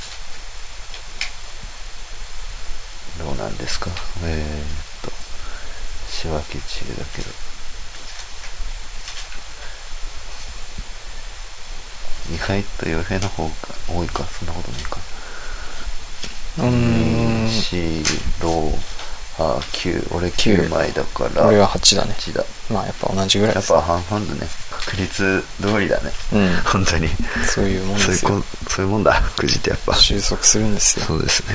S1: どうなんですかえー、っと仕分け中だけど意外と傭兵の方が多いかそんなことないか
S2: うーん
S1: 469俺9枚だから
S2: 俺は8だね
S1: 8だ
S2: まあやっぱ同じぐらい
S1: や
S2: で
S1: っ
S2: す
S1: ぱ半々だね確率通りだね
S2: うん
S1: 本当に
S2: そういうもんで
S1: そういう
S2: すよ
S1: こそういうもんだくじってやっぱ
S2: 収束するんですよ
S1: そうですね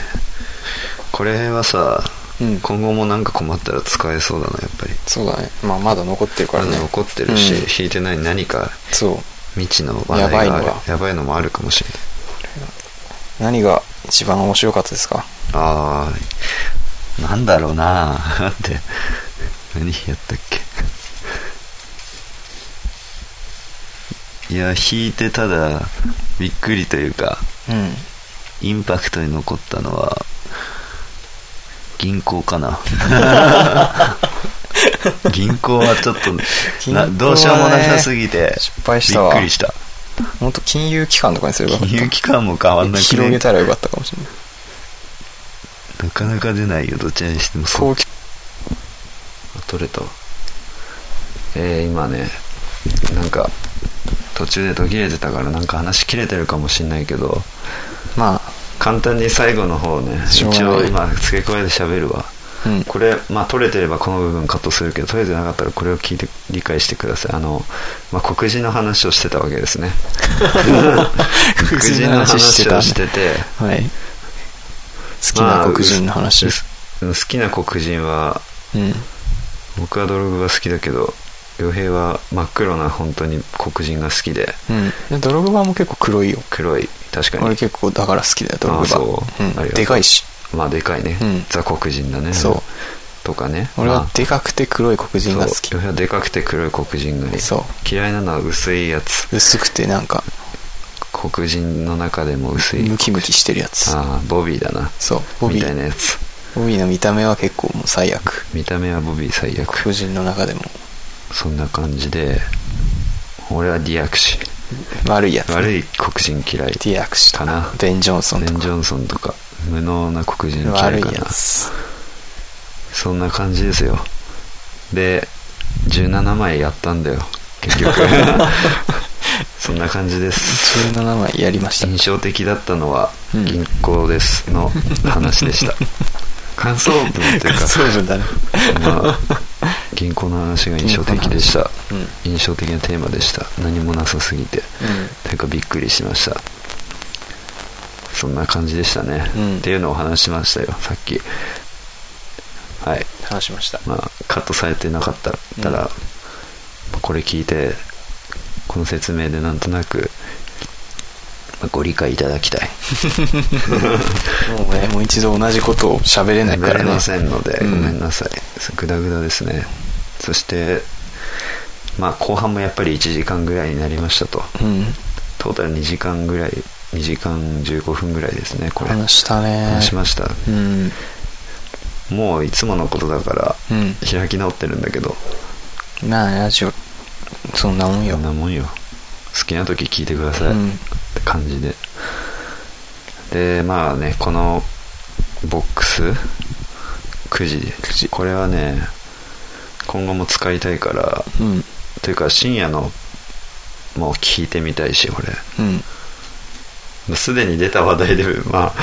S1: これはさ
S2: うん
S1: 今後もなんか困ったら使えそうだなやっぱり
S2: そうだねまあまだ残ってるか
S1: ま
S2: らね
S1: だ残ってるし、
S2: うん
S1: 引いてない何か
S2: そう
S1: 未知の話題がある
S2: やばいの
S1: や
S2: が
S1: ばいのもあるかもしれない
S2: 何が一番面白かったですか
S1: ああなんだろうな *laughs* 待って何やったっけいや引いてただびっくりというか
S2: うん
S1: インパクトに残ったのは銀行か *laughs* な銀行はちょっとな
S2: 銀行はね
S1: どうしようもなさすぎて
S2: 失敗し
S1: び
S2: た
S1: っ
S2: わ
S1: くりした
S2: もっと金融機関とかにすれば
S1: *laughs*
S2: よかっ
S1: 金融
S2: た
S1: 機関も変わんなく
S2: 広
S1: ね
S2: げたらよかったかもしれない
S1: なかなか出ないよどちらにしてもそう
S2: 東京
S1: 取れたわえー、今ねなんか途中で途切れてたからなんか話切れてるかもしんないけど
S2: ま
S1: 簡単に最後の方ね
S2: し
S1: 一
S2: ょうが
S1: 応
S2: ない
S1: 今付け加えて喋るわ
S2: あうん
S1: これまあ取れてればこの部分カットするけど取れてなかったらこれを聞いて理解してくださいあの、まあ、告示の話をしてたわけです
S2: *laughs*
S1: ね告示の話をしてて
S2: はい好きな黒人の話
S1: まあうん好きな黒人は
S2: うん
S1: 僕はドログが好きだけど洋平は真っ黒な本当に黒人が好きで
S2: うんでドログバも結構黒いよ
S1: 黒い確か
S2: 俺
S1: に
S2: 結構だから好きだよドログ
S1: あ
S2: バ
S1: そうありがと
S2: ん
S1: う
S2: でかいし
S1: まあでかいね、
S2: うん
S1: ザ黒人だね
S2: そう
S1: とかね
S2: 俺
S1: ま
S2: は
S1: あ
S2: でかくて黒い黒人が好き
S1: そう洋平はでかくて黒い黒人がいい
S2: そう
S1: 嫌いなのは薄いやつ
S2: 薄くてなんか
S1: 黒人の中でも薄い
S2: ムキムキしてるやつ
S1: ああボビーだな
S2: そうボビ
S1: みたい
S2: ー
S1: なやつ
S2: ボビーの見た目は結構もう最悪
S1: 見た目はボビー最悪
S2: 黒人の中でも
S1: そんな感じで俺はディアクシ
S2: 悪いやつ
S1: 悪い黒人嫌い
S2: ディアクシと
S1: かな
S2: ベン・ジョンソン
S1: ベ
S2: と
S1: ン・ジ
S2: か
S1: ョンソンとか無能な黒人嫌
S2: 悪
S1: い
S2: い
S1: か
S2: や
S1: な
S2: つ
S1: そんな感じですよで17枚やったんだよ結
S2: *laughs*
S1: 局そんな感じです
S2: 17枚やりました
S1: 印象的だったのは
S2: うん
S1: 銀行ですの話で
S2: *laughs*
S1: した、感想文というか
S2: そう分だね
S1: まあ、銀行の話が印象的でした
S2: うんうん
S1: 印象的なテーマでした何もなさすぎてというかびっくりしましたそんな感じでしたね、
S2: うん
S1: っていうのを話しましたよさっきはい
S2: 話しました
S1: まあカットされてなかったら、
S2: うん
S1: まあこれ聞いてこの説明でなんとなくまあご理解いただきたい
S2: もうねもう一度同じことを喋れないか
S1: 喋れ
S2: らね
S1: ませんので、
S2: うん
S1: ごめんなさいグダグダですねそしてまあ後半もやっぱり1時間ぐらいになりましたと
S2: うん
S1: トータル2時間ぐらい2時間15分ぐらいですねこれ
S2: 話したね
S1: 話しました
S2: うん
S1: もういつものことだから
S2: うん
S1: 開き直ってるんだけど
S2: まあラジオそんなもん
S1: こ
S2: よ
S1: んなもんよ好きな時聞いてくだ
S2: う
S1: さい、
S2: ん
S1: って感じででまあねこのボックスくじ
S2: くじ
S1: これはね今後も使いたいから
S2: うん
S1: というか深夜のもう聞いてみたいし俺
S2: うん
S1: もうすでに出た話題でま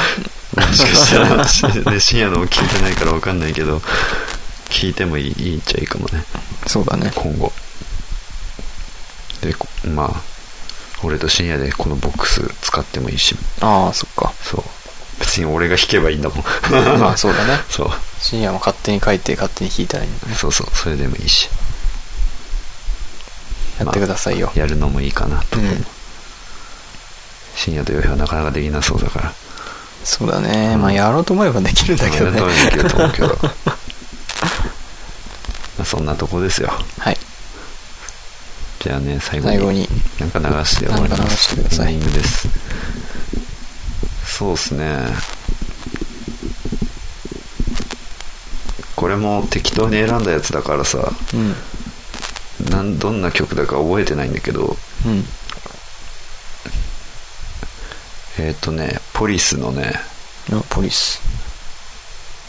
S1: あもしかした
S2: *laughs*
S1: ら、ね、深夜のも聞いてないから分かんないけど聞いてもいいいいっちゃいいかもね
S2: そうだね
S1: 今後でこまあ俺と深夜でこのボックス使ってもいいし
S2: ああそっか
S1: そう別に俺が弾けばいいんだもん
S2: まあそうだね
S1: *laughs* そう
S2: 深夜も勝手に書いて勝手に弾いたらいいの
S1: そうそうそれでもいいし
S2: やってくださいよ
S1: やるのもいいかなと、
S2: うん
S1: 深夜と夜はなかなかできなそうだから
S2: そうだねまあやろうと思えばできるんだけどね
S1: 多分できると思うけどまあ *laughs* そんなとこですよ
S2: はい
S1: じゃあね最後に
S2: 最後に
S1: なんか流して終わり
S2: なんか
S1: ま
S2: 流
S1: す
S2: してください
S1: エンディングですそうですねこれも適当に選んだやつだからさ
S2: うん
S1: なんどんな曲だか覚えてないんだけど
S2: うん
S1: えっ、とねポリスのね
S2: あポリス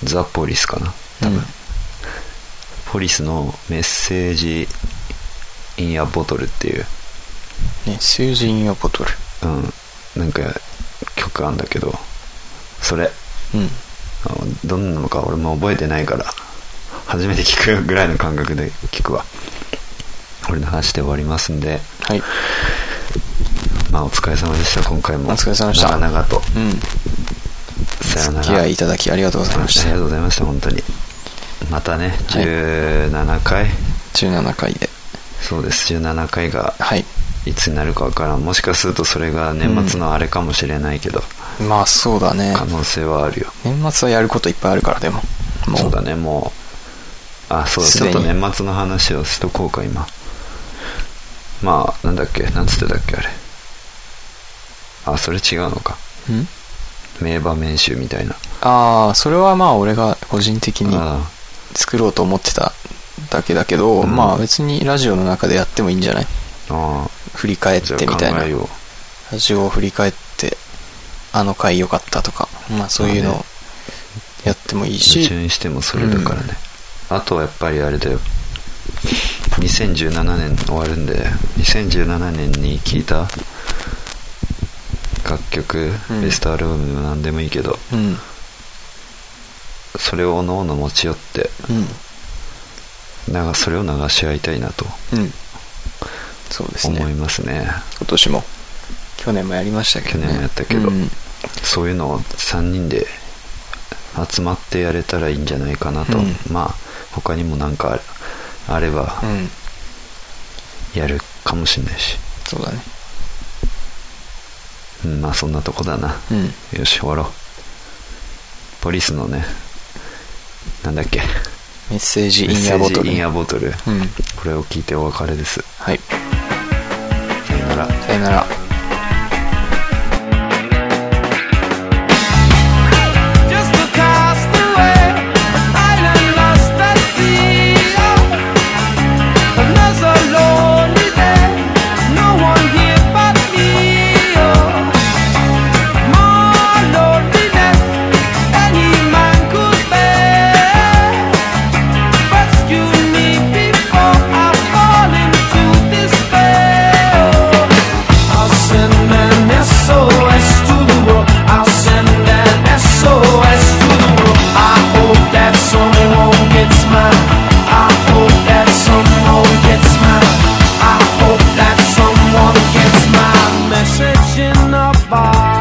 S1: ザ・ポリスかな
S2: 多分
S1: ポリスのメッセージ・イン・ア・ボトルっていう、
S2: ね囚人やボトル
S1: うん、なんか曲あんだけど、それ、
S2: うん
S1: あのどんなのか俺も覚えてないから、初めて聞くぐらいの感覚で聞くわ。俺の話で終わりますんで、
S2: はい
S1: まあお疲れ様でした、今回も。
S2: お疲れ様でした
S1: 長々と。
S2: うん
S1: さよな
S2: お
S1: ら。
S2: 付き合いいただきありがとうございまし
S1: ありが
S2: た
S1: とうございました、本当に。またね、
S2: はい
S1: 17回、
S2: 17回で
S1: そうです、17回が
S2: はい
S1: いつになるかわからんもしかするとそれが年末のあれかもしれないけど、
S2: まあそうだね
S1: 可能性はあるよ
S2: 年末はやることいっぱいあるからでもも
S1: そうだねもうあそうだ
S2: す
S1: ち
S2: で
S1: ょっ
S2: に
S1: と年末の話をしとこうか今まあなんだっけなんつってたっけあれあそれ違うのか
S2: うん
S1: 名場面集みたいな
S2: ああそれはまあ俺が個人的に
S1: あ
S2: 作ろうと思ってただけだけど、
S1: うん
S2: まあ別にラジオの中でやってもいいんじゃない
S1: あ
S2: 振り返っ
S1: じゃ
S2: てみ
S1: あ
S2: たい
S1: 考
S2: な
S1: えよう
S2: ラジオを振り返ってあの回良かったとかまあそういうのを
S1: まあね
S2: やってもいい
S1: 矛
S2: し、
S1: 盾してもそれだからね、あとはやっぱりあれだよ2017年終わるんで2017年に聴いた楽曲、
S2: うん
S1: ベストアルバムでも何でもいいけど
S2: うん
S1: それをおのおの持ち寄ってなんかそれを流し合いたいなと
S2: うんうんそうです
S1: 思い
S2: ね
S1: ますね
S2: 今年も去年もやりましたけど、ね、
S1: 去年もやったけど
S2: うん
S1: そういうのを3人で集まってやれたらいいんじゃないかなと、
S2: うん
S1: まあ他にもなんかあれば
S2: うん
S1: やるかもしれないし、
S2: そうだね
S1: うん、まあそんなとこだな
S2: うん
S1: よし、終わろう。ポリスのね、なんだっけ、
S2: メッセージ
S1: メ
S2: イ
S1: ッ
S2: ン
S1: セ
S2: ヤボト
S1: ージ
S2: ル
S1: インアボトル。
S2: うん
S1: これを聞いてお別れです。
S2: はい
S1: さよなら。
S2: さよなら
S3: Just a castaway, island lost at sea. Oh, another lonely day, no one here but me. Oh, more loneliness any man could bear. Rescue me before I fall into despair. Oh. I'll send an SOS to the world. I'll send an SOS to the world. I hope that someone gets mine. I hope that someone gets mine. I hope that someone gets my message in a box.